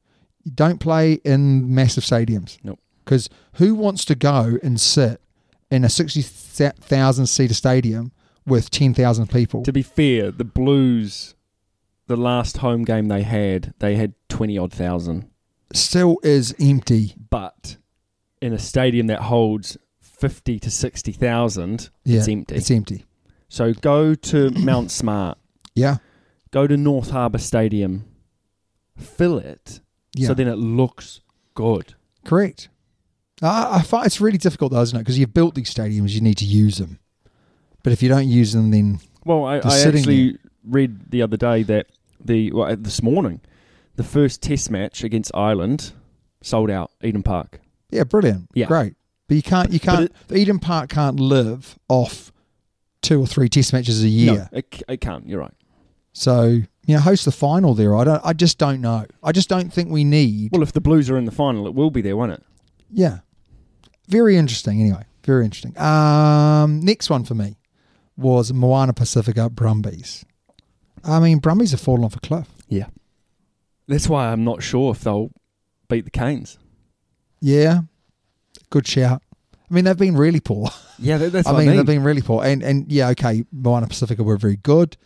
A: You don't play in massive stadiums.
B: Nope.
A: Because who wants to go and sit in a 60,000 seater stadium with 10,000 people?
B: To be fair, the Blues, the last home game they had, they had 20 odd thousand,
A: Still is empty.
B: but in a stadium that holds 50 to 60 thousand,
A: Yeah,
B: it's empty.
A: It's empty.
B: So go to *coughs* Mount Smart,
A: Yeah.
B: go to North Harbour Stadium, fill it,
A: Yeah.
B: so then it looks good.
A: Correct. I, I find it's really difficult, though, isn't it? Because you've built these stadiums, you need to use them. But if you don't use them, then
B: Well, I,
A: The
B: I
A: sitting
B: actually read the other day that the well, uh, this morning, the first Test match against Ireland sold out Eden Park.
A: yeah, brilliant.
B: Yeah.
A: Great. But you can't, you can't, Eden Park can't live off two or three test matches a year.
B: No, it, c- it can't. You're right.
A: So you know, host the final there. I don't. I just don't know. I just don't think we need.
B: Well, if the Blues are in the final, it will be there, won't it?
A: yeah, very interesting. Anyway, very interesting. Um, next one for me was Moana Pacifica Brumbies. I mean, Brumbies have fallen off a cliff.
B: Yeah. That's why I'm not sure if they'll beat the Canes.
A: Yeah, good shout. I mean, they've been really poor.
B: Yeah, that, that's
A: I mean, they've been really poor. And and yeah, okay, Moana Pacifica were very good.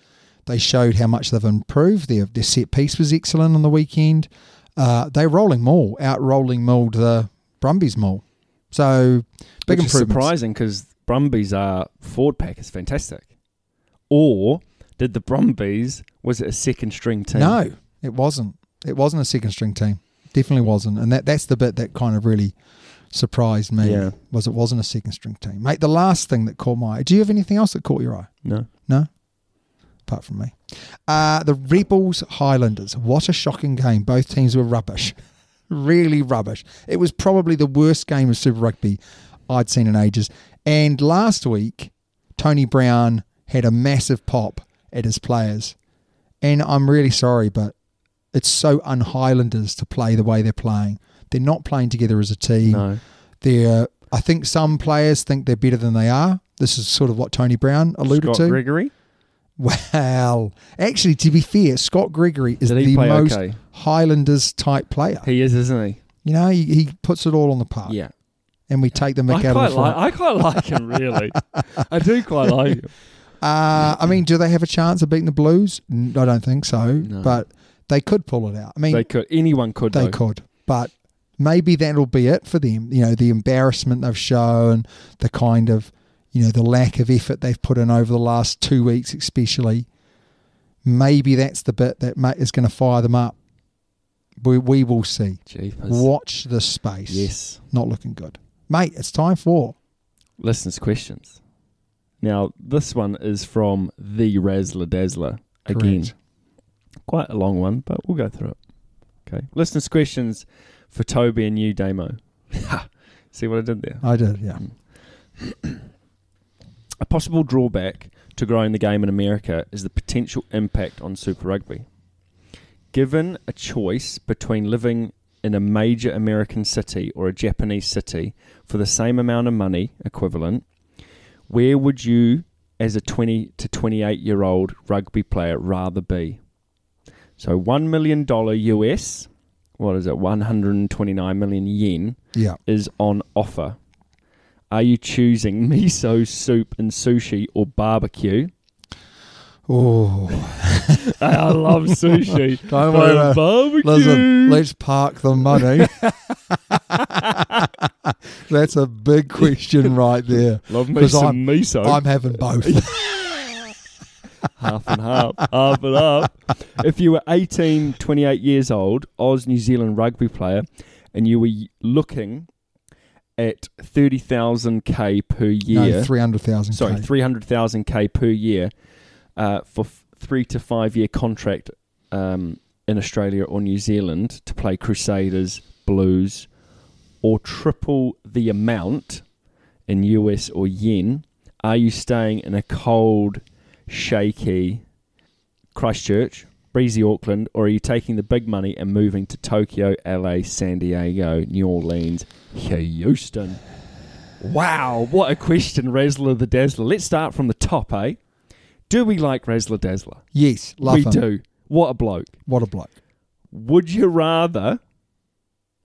A: They showed how much they've improved. Their their set piece was excellent on the weekend. Uh, they rolling maul, out rolling mauled the Brumbies maul. So big
B: Which is
A: improvements.
B: surprising because Brumbies are Ford pack is fantastic. Or did the Brumbies was it a second string team?
A: No, it wasn't. It wasn't a second string team. Definitely wasn't. And that that's the bit that kind of really surprised me.
B: Yeah.
A: Was it wasn't a second string team, mate? The last thing that caught my eye. Do you have anything else that caught your eye?
B: no.
A: No, apart from me. Uh, the Rebels Highlanders. What a shocking game! Both teams were rubbish, *laughs* really rubbish. It was probably the worst game of Super Rugby I'd seen in ages. And last week, Tony Brown had a massive pop at his players, and I'm really sorry, but it's so un Highlanders to play the way they're playing. They're not playing together as a team.
B: No.
A: They're, I think some players think they're better than they are. This is sort of what Tony Brown alluded
B: Scott
A: to.
B: Gregory.
A: Well, actually, to be fair, Scott Gregory is
B: Did he
A: the
B: play
A: most
B: okay?
A: Highlanders type player.
B: He is, isn't he?
A: you know, he, he puts it all on the park,
B: Yeah.
A: and we take the mick
B: I
A: out of
B: quite
A: it.
B: like I quite like him really. I do quite like him.
A: uh, I mean, do they have a chance of beating the Blues? N- I don't think so,
B: No.
A: but they could pull it out. I mean,
B: They could anyone could
A: they
B: though.
A: could, but maybe that'll be it for them. You know, the embarrassment they've shown, the kind of, you know, the lack of effort they've put in over the last two weeks, especially. Maybe that's the bit that mate is going to fire them up. We we will see.
B: Jeepers.
A: Watch the space.
B: Yes.
A: not looking good, mate. It's time for
B: Listeners' questions. Now this one is from the Razzler Dazzler again.
A: Correct.
B: Quite a long one, but we'll go through it. Okay. Listeners' questions for Toby and you, Damo. *laughs* See what I did there.
A: I did, yeah.
B: Mm. A possible drawback to growing the game in America is the potential impact on Super Rugby. Given a choice between living in a major American city or a Japanese city for the same amount of money equivalent, where would you, as a 20 to 28 year old rugby player, rather be? So, $1 million US, what is it, 129 million yen,
A: Yeah.
B: is on offer. Are you choosing *laughs* miso soup and sushi or barbecue?
A: Oh,
B: *laughs* I love *laughs* sushi.
A: Don't
B: but
A: worry about-
B: barbecue.
A: listen, let's park the
B: *laughs*
A: money. That's a big question right there.
B: *laughs* love me
A: 'cause
B: some
A: I'm-
B: miso.
A: I'm having both.
B: *laughs* half and half, half and half. *laughs* If you were 18, 28 years old, Oz New Zealand rugby player, and you were looking at 30,000k per year.
A: No, 300,000.
B: sorry,
A: K.
B: 300,000k per year uh, for f- three to five year contract um, in Australia or New Zealand to play Crusaders, Blues, or triple the amount in US or yen, are you staying in a cold, shaky Christchurch, breezy Auckland, or are you taking the big money and moving to Tokyo, LA, San Diego, New Orleans, Houston? Wow, what a question, Razzler the Dazzler. Let's start from the top, eh? Do we like Razzler Dazzler?
A: Yes, love
B: we
A: him.
B: do. What a bloke.
A: What a bloke.
B: Would you rather,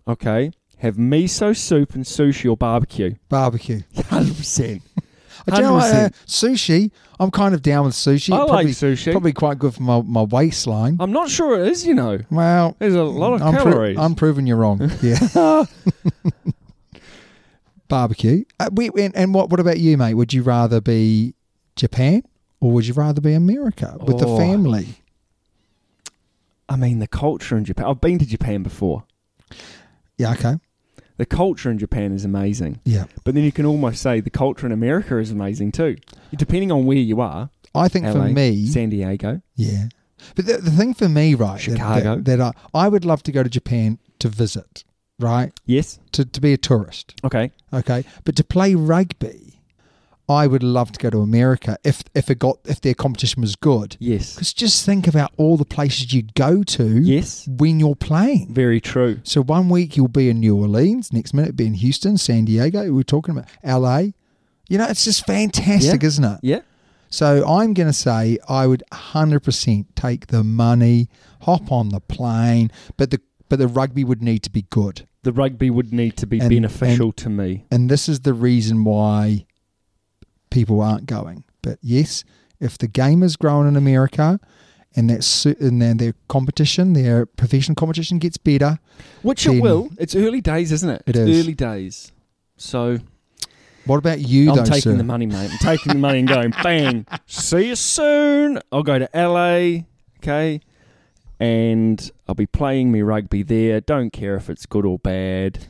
B: okay, have miso soup and sushi or barbecue? *laughs*
A: Barbecue.
B: 100%.
A: *laughs* I do you know what, uh,
B: 100%.
A: sushi. I'm kind of down with sushi.
B: I like
A: probably,
B: sushi. Oh.
A: Probably quite good for my, my waistline.
B: I'm not sure it is, you know.
A: well,
B: There's a lot of
A: I'm, pro-
B: calories.
A: I'm proving you
B: *laughs*
A: wrong. Yeah. Barbecue. Uh, we, and, and what, what about you, mate? Would you rather be Japan or would you rather be America with
B: Oh.
A: the family?
B: I mean, the culture in Japan. I've been to Japan before.
A: Yeah, okay.
B: The culture in Japan is amazing.
A: Yeah.
B: But then you can almost say the culture in America is amazing too. Depending on where you are.
A: I think for
B: LA,
A: me,
B: San Diego.
A: Yeah. But the, the thing for me, right, that- that-
B: Chicago.
A: that, I, I would love to go to Japan to visit, right?
B: Yes.
A: To, to be a tourist,
B: Okay.
A: okay? But to play rugby, I would love to go to America if if it got if their competition was good.
B: Yes.
A: Because just think about all the places you'd go to
B: Yes.
A: when you're playing.
B: Very true.
A: So one week you'll be in New Orleans, next minute be in Houston, San Diego. We're talking about LA. You know, it's just fantastic,
B: Yeah.
A: isn't it?
B: Yeah.
A: So I'm going to say I would 100% take the money, hop on the plane, but the but the rugby would need to be good.
B: The rugby would need to be
A: And-
B: beneficial to me.
A: And this is the reason why people aren't going. But yes, if the game is growing in America and that su- and then their competition, their professional competition gets better,
B: Which
A: then-
B: it will. It's early days, isn't it?
A: It
B: it's
A: is.
B: early days. So
A: What about you,
B: I'm
A: though,
B: taking
A: sir?
B: the money, mate. I'm taking the money and *laughs* going, bang, see you soon. I'll go to LA, okay? And I'll be playing me rugby there. Don't care if it's good or bad.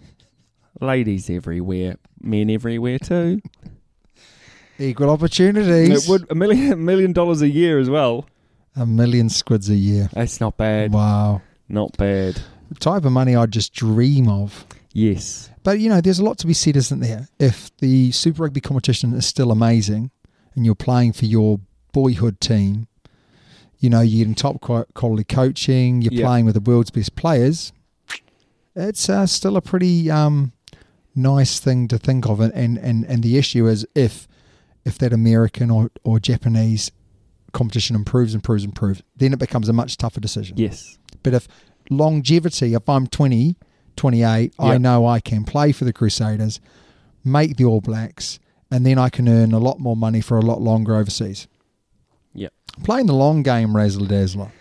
B: Ladies everywhere, men everywhere too.
A: *laughs* Equal opportunities.
B: It would a million a million dollars a year as well.
A: a million squids a year.
B: That's not bad.
A: Wow.
B: Not bad.
A: The type of money I just dream of.
B: Yes.
A: But you know, there's a lot to be said, isn't there? If the Super Rugby competition is still amazing, and you're playing for your boyhood team, you know, you're getting top qua- quality coaching. You're
B: Yeah.
A: playing with the world's best players. It's uh, still a pretty um, nice thing to think of, and, and and and the issue is if if that American or or Japanese competition improves, improves, improves, then it becomes a much tougher decision.
B: Yes.
A: But if longevity, if I'm 20, 28, I
B: Yep.
A: know I can play for the Crusaders, make the All Blacks, and then I can earn a lot more money for a lot longer overseas.
B: Yep.
A: Playing the long game, Razzle Dazzler.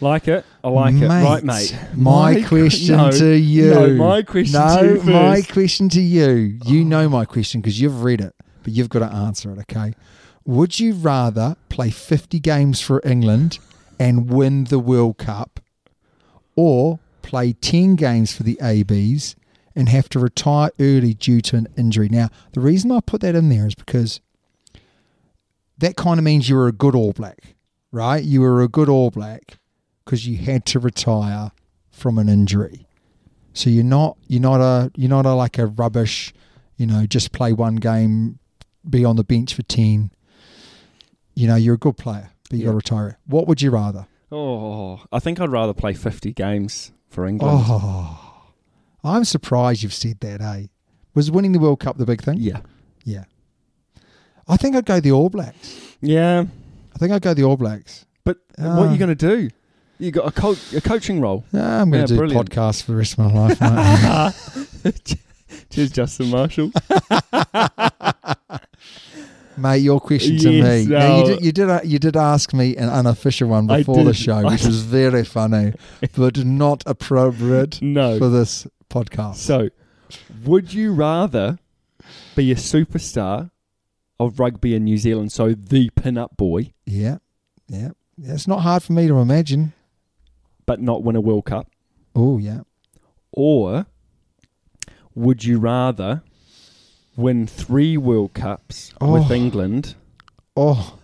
B: Like it. I like it. Right, mate.
A: My,
B: qu-
A: question
B: *laughs* no,
A: to you.
B: No, my question
A: No,
B: to you first. Oh.
A: my question to you. You know my question because you've read it, but you've got to answer it, okay? Would you rather play 50 games for England and win the World Cup or play 10 games for the ABs and have to retire early due to an injury? Now, the reason I put that in there is because that kind of means you were a good All Black, right? You were a good All Black because you had to retire from an injury. So you're not you're not a you're not a like a rubbish, you know, just play one game, be on the bench for ten. You know, you're a good player, but you got to retire. What would you rather?
B: Oh, I think I'd rather play 50 games for England.
A: Oh, I'm surprised you've said that. eh? was winning the World Cup the big thing?
B: Yeah.
A: yeah. I think I'd go the All Blacks.
B: Yeah.
A: I think I'd go the All Blacks.
B: But what are
A: Uh.
B: you going to do? You got a, co- a coaching role.
A: Ah, I'm going
B: Yeah,
A: to do
B: brilliant.
A: podcasts for the rest of my life.
B: *laughs*
A: mate.
B: Cheers,
A: *laughs*
B: Justin Marshall.
A: Mate, your question to
B: Yes,
A: me. Now, you
B: no.
A: did you did a- you did ask me an unofficial one
B: I
A: before the
B: did. *laughs*
A: show,
B: I
A: which
B: did.
A: was very funny, but not appropriate
B: *laughs* No.
A: for this podcast.
B: So, would you rather be a superstar of rugby in New Zealand, so the pin-up boy,
A: yeah, yeah, Yeah, it's not hard for me to imagine.
B: but not win a World Cup,
A: Oh yeah,
B: or would you rather win three World Cups with
A: Oh.
B: England,
A: oh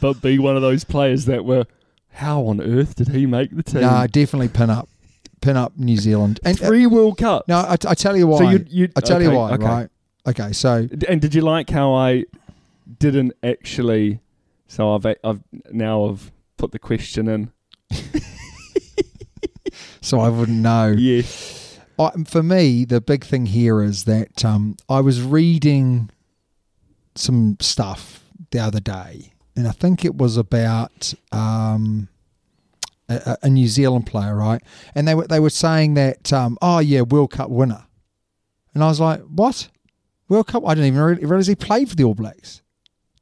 B: but be one of those players that were, how on earth did he make the team?
A: no, definitely pin up, pin up New Zealand and
B: three World Cups.
A: No, I, I tell you why.
B: So you'd- you'd-
A: I tell you
B: okay,
A: why.
B: okay.
A: Right? Okay, so
B: D- And did you like how I didn't actually? So I've I've now I've put the question in.
A: so I wouldn't know.
B: Yes.
A: I, for me, the big thing here is that um, I was reading some stuff the other day, and I think it was about um, a, a a New Zealand player, right? And they were they were saying that, um, oh yeah, World Cup winner, and I was like, what? World Cup? I didn't even re- realize he played for the All Blacks.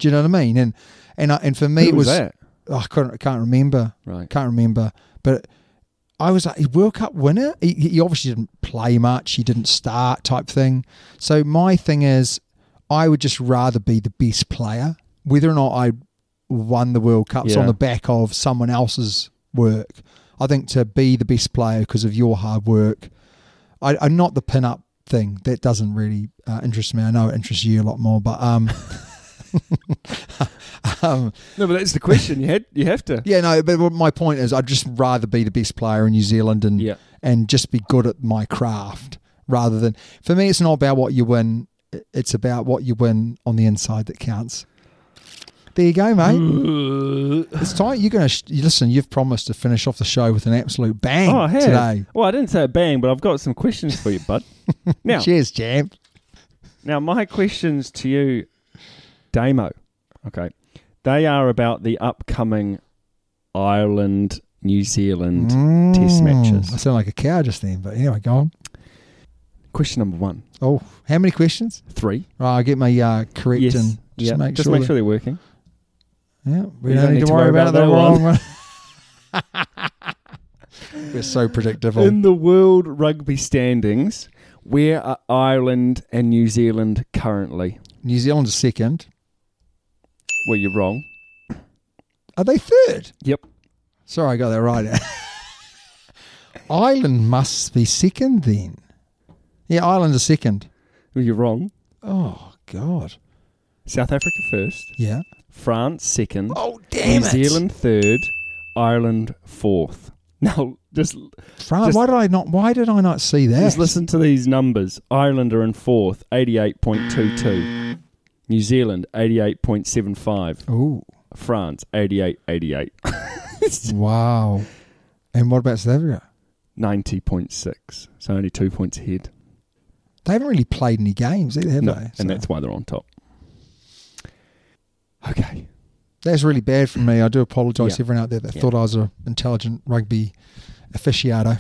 A: Do you know what I mean? And and I, and for me,
B: Who
A: it was,
B: was that?
A: oh, I couldn't I can't remember
B: Right.
A: can't remember, but I was like, World Cup winner? He, he obviously didn't play much. He didn't start type thing. So my thing is, I would just rather be the best player, whether or not I won the World Cups
B: Yeah.
A: on the back of someone else's work. I think to be the best player because of your hard work, I, I'm not the pin up thing. That doesn't really uh, interest me. I know it interests you a lot more, but um, um,
B: No, but that's the question. You had you have to.
A: yeah, no, but what my point is, I'd just rather be the best player in New Zealand and
B: Yeah.
A: and just be good at my craft rather than. For me, it's not about what you win; i- it's about what you win on the inside that counts. There you go, mate.
B: *laughs*
A: it's time you're gonna sh- you- listen. You've promised to finish off the show with an absolute *laughs* bang
B: Oh, I have.
A: today.
B: Well, I didn't say a bang, but I've got some questions for you,
A: *laughs*
B: bud. now,
A: Cheers, champ.
B: now my questions to you, Damo. Okay, they are about the upcoming Ireland New Zealand test
A: Mm. I
B: matches.
A: sound like a cow just then, but anyway, go on.
B: Question number one,
A: Oh, how many questions?
B: three.
A: Right, I'll get my uh, correct
B: yes.
A: and just
B: yeah.
A: make
B: just
A: sure.
B: make
A: that-
B: sure they're working.
A: Yeah, we don't, need to worry about, the wrong one. *laughs* We're so predictable.
B: In the world rugby standings, Where are Ireland and New Zealand currently?
A: New Zealand's second.
B: Well, you're wrong.
A: Are they third?
B: Yep.
A: Sorry, I got that right. *laughs* Ireland must be second then. Yeah, Ireland is second.
B: Well, you're wrong.
A: Oh God.
B: South Africa first,
A: Yeah.
B: France second,
A: Oh
B: New
A: damn it.
B: Zealand third, Ireland fourth. *laughs* Now, just
A: France.
B: Just-
A: why did I not? Why did I not see that?
B: Just listen to these numbers. Ireland are in fourth, 88.22. New Zealand, 88.75.
A: Oh
B: France, *laughs* 88.88.
A: wow. And what about South Africa?
B: 90.6. So only two points ahead.
A: They haven't really played any games either, have
B: No,
A: they? So
B: and that's why they're on top. Okay.
A: that's really bad for me. I do apologise to
B: Yeah.
A: everyone out there that
B: Yeah.
A: thought I was an intelligent rugby aficionado.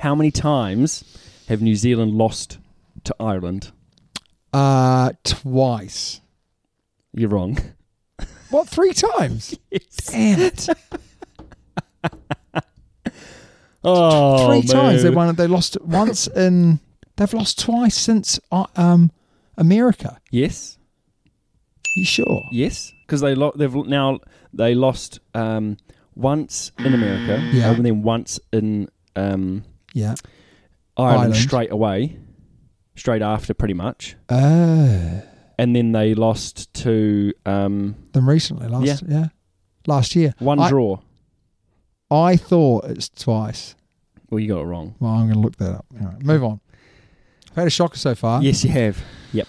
B: How many times have New Zealand lost to Ireland?
A: Uh twice.
B: You're wrong. *laughs*
A: What? Three times? Damn it! *laughs* Three
B: Oh,
A: times they
B: man.
A: won. They lost once in. They've lost twice since uh, um America.
B: Yes.
A: You sure?
B: Yes, because they lo- they've now they lost um, once in America,
A: Yeah.
B: and then once in um,
A: Yeah.
B: Ireland,
A: Ireland.
B: straight away, straight after, pretty much.
A: Uh,
B: And then they lost to um,
A: them recently last. Yeah.
B: Yeah.
A: Last year.
B: one
A: I,
B: draw.
A: I thought it's twice.
B: Well, you got it wrong.
A: Well, I'm going to look that up. All right, move on. I've had a shocker so far.
B: Yes, you have. Yep.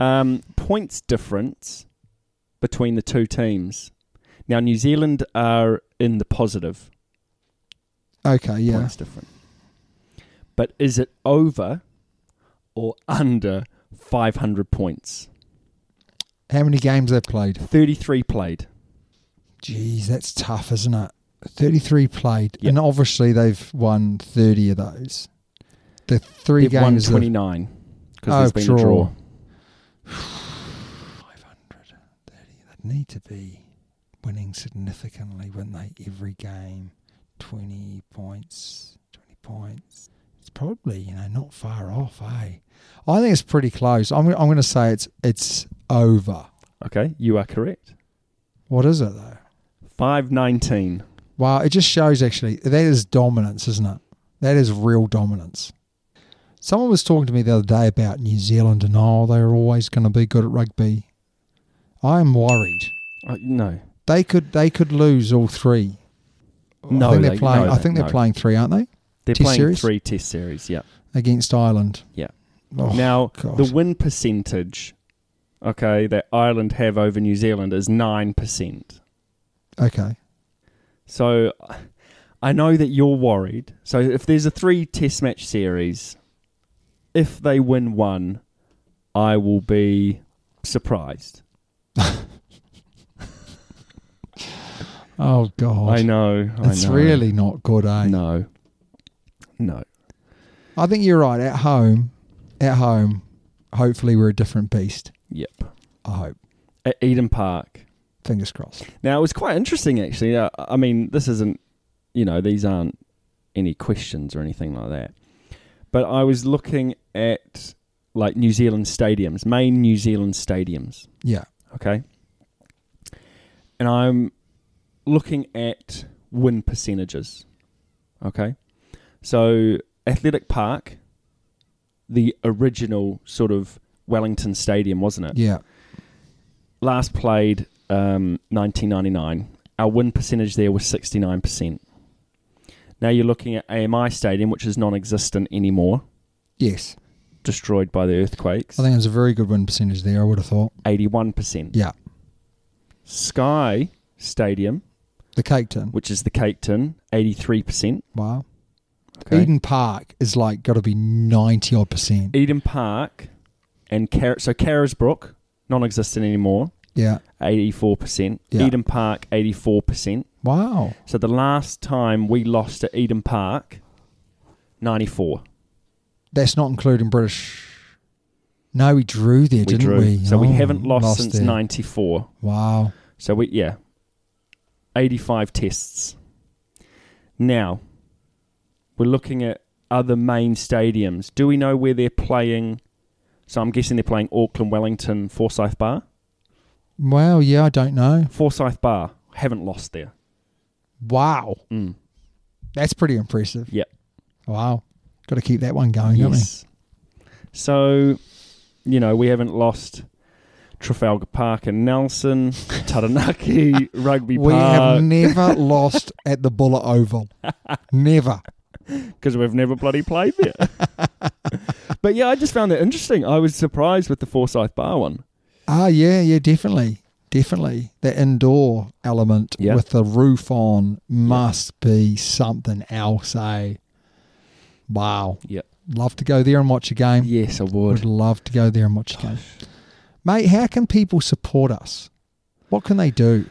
B: Um, points difference between the two teams. Now, New Zealand are in the positive.
A: Okay, yeah.
B: points different. But is it over or under 500 points?
A: How many games they've played?
B: 33 played.
A: Jeez, that's tough, isn't it? 33 played.
B: Yeah.
A: And obviously they've won 30 of those. The 3
B: They've won
A: games. they've-
B: 29 because
A: Oh,
B: there's been
A: draw.
B: a draw.
A: 530. They'd need to be winning significantly, wouldn't they? Every game, 20 points, 20 points. It's probably, you know, not far off, eh? I think it's pretty close. I'm, I'm going to say it's it's over.
B: Okay, you are correct.
A: What is it, though?
B: 519.
A: Wow, it just shows actually that is dominance, isn't it? That is real dominance. Someone was talking to me the other day about New Zealand and oh, they're always going to be good at rugby. I am worried.
B: Uh, no.
A: They could they could lose all three.
B: No,
A: I think they're
B: they-
A: playing.
B: no,
A: I think
B: they-
A: they're
B: no.
A: playing three, aren't they?
B: They're
A: Test
B: playing
A: series?
B: three test series, yeah.
A: Against Ireland.
B: Yeah.
A: Oh,
B: now,
A: God.
B: the win percentage, okay, that Ireland have over New Zealand is 9%.
A: okay.
B: So I know that you're worried. So if there's a three test match series, if they win one, I will be surprised.
A: Oh God.
B: I know. I
A: It's
B: know.
A: really not good, eh?
B: no. No.
A: I think you're right. At home, at home, hopefully we're a different beast.
B: Yep.
A: I hope.
B: At Eden Park.
A: Fingers crossed.
B: Now it was quite interesting actually. Uh, I mean, this isn't you know, these aren't any questions or anything like that. But I was looking at like New Zealand stadiums, main New Zealand stadiums.
A: Yeah.
B: okay? And I'm looking at win percentages, okay? So Athletic Park, the original sort of Wellington Stadium, wasn't it?
A: Yeah.
B: Last played um, 1999. Our win percentage there was 69%. Now you're looking at AMI Stadium, which is non existent anymore,
A: Yes.
B: destroyed by the earthquakes,
A: I think it was a very good win percentage there. I would have thought.
B: 81%.
A: Yeah.
B: Sky Stadium,
A: The cake tin.
B: which is the Cape Tin, 83%.
A: Wow.
B: Okay.
A: Eden Park is like got to be ninety odd percent.
B: Eden Park and Car- so Carisbrook, non existent anymore,
A: Yeah.
B: 84%.
A: Yeah.
B: Eden Park, 84%.
A: Wow.
B: So the last time we lost at Eden Park, 94.
A: That's not including British. No, we drew there,
B: We
A: didn't
B: drew.
A: we?
B: So we
A: Oh,
B: haven't lost, since
A: there.
B: 94.
A: Wow.
B: So we, yeah, 85 tests. Now, we're looking at other main stadiums? Do we know where they're playing? So I'm guessing they're playing Auckland, Wellington, Forsyth Bar.
A: Well, yeah, I don't know.
B: Forsyth Bar haven't lost there.
A: Wow.
B: Mm.
A: That's pretty impressive.
B: Yep.
A: Wow. Got to keep that one going, don't we?
B: Yes. So, you know, we haven't lost Trafalgar Park
A: *laughs*
B: and Nelson, Taranaki, Rugby
A: We have
B: Park,
A: never lost at the Bullet
B: *laughs*
A: Oval. Never.
B: because we've never bloody played
A: *laughs*
B: there. but yeah, I just found it interesting. I was surprised with the Forsyth Bar one.
A: Ah, yeah, yeah, definitely. Definitely. The indoor element
B: Yeah.
A: with the roof on must be something else, eh? Wow.
B: Yep.
A: Love to go there and watch a game.
B: Yes, I
A: Would
B: would.
A: love to go there and watch a game. Mate, how can people support us? What can they do?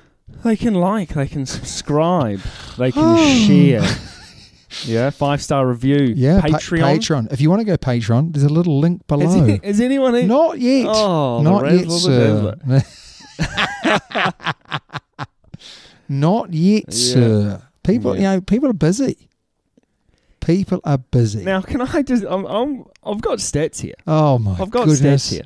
B: They can like, they can subscribe, they can
A: *gasps*
B: share. Yeah, five star review.
A: Yeah, pa-
B: Patreon.
A: Patreon. If you want to go Patreon, there's a little link
B: Is,
A: below.
B: is anyone? e-
A: Not yet.
B: Oh, the
A: Not yet,
B: razzle
A: sir.
B: the
A: *laughs* Not yet, sir. People,
B: Yeah.
A: you know, people are busy. People are busy.
B: Now, can I just? I'm, I'm, I've got stats here.
A: oh my
B: I've got
A: goodness!
B: stats here.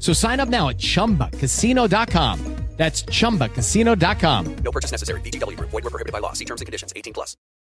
C: So sign up now at chumbacasino.com. That's chumbacasino.com.
D: No purchase necessary. VGW Group. Void were prohibited by law. See terms and conditions. 18 plus.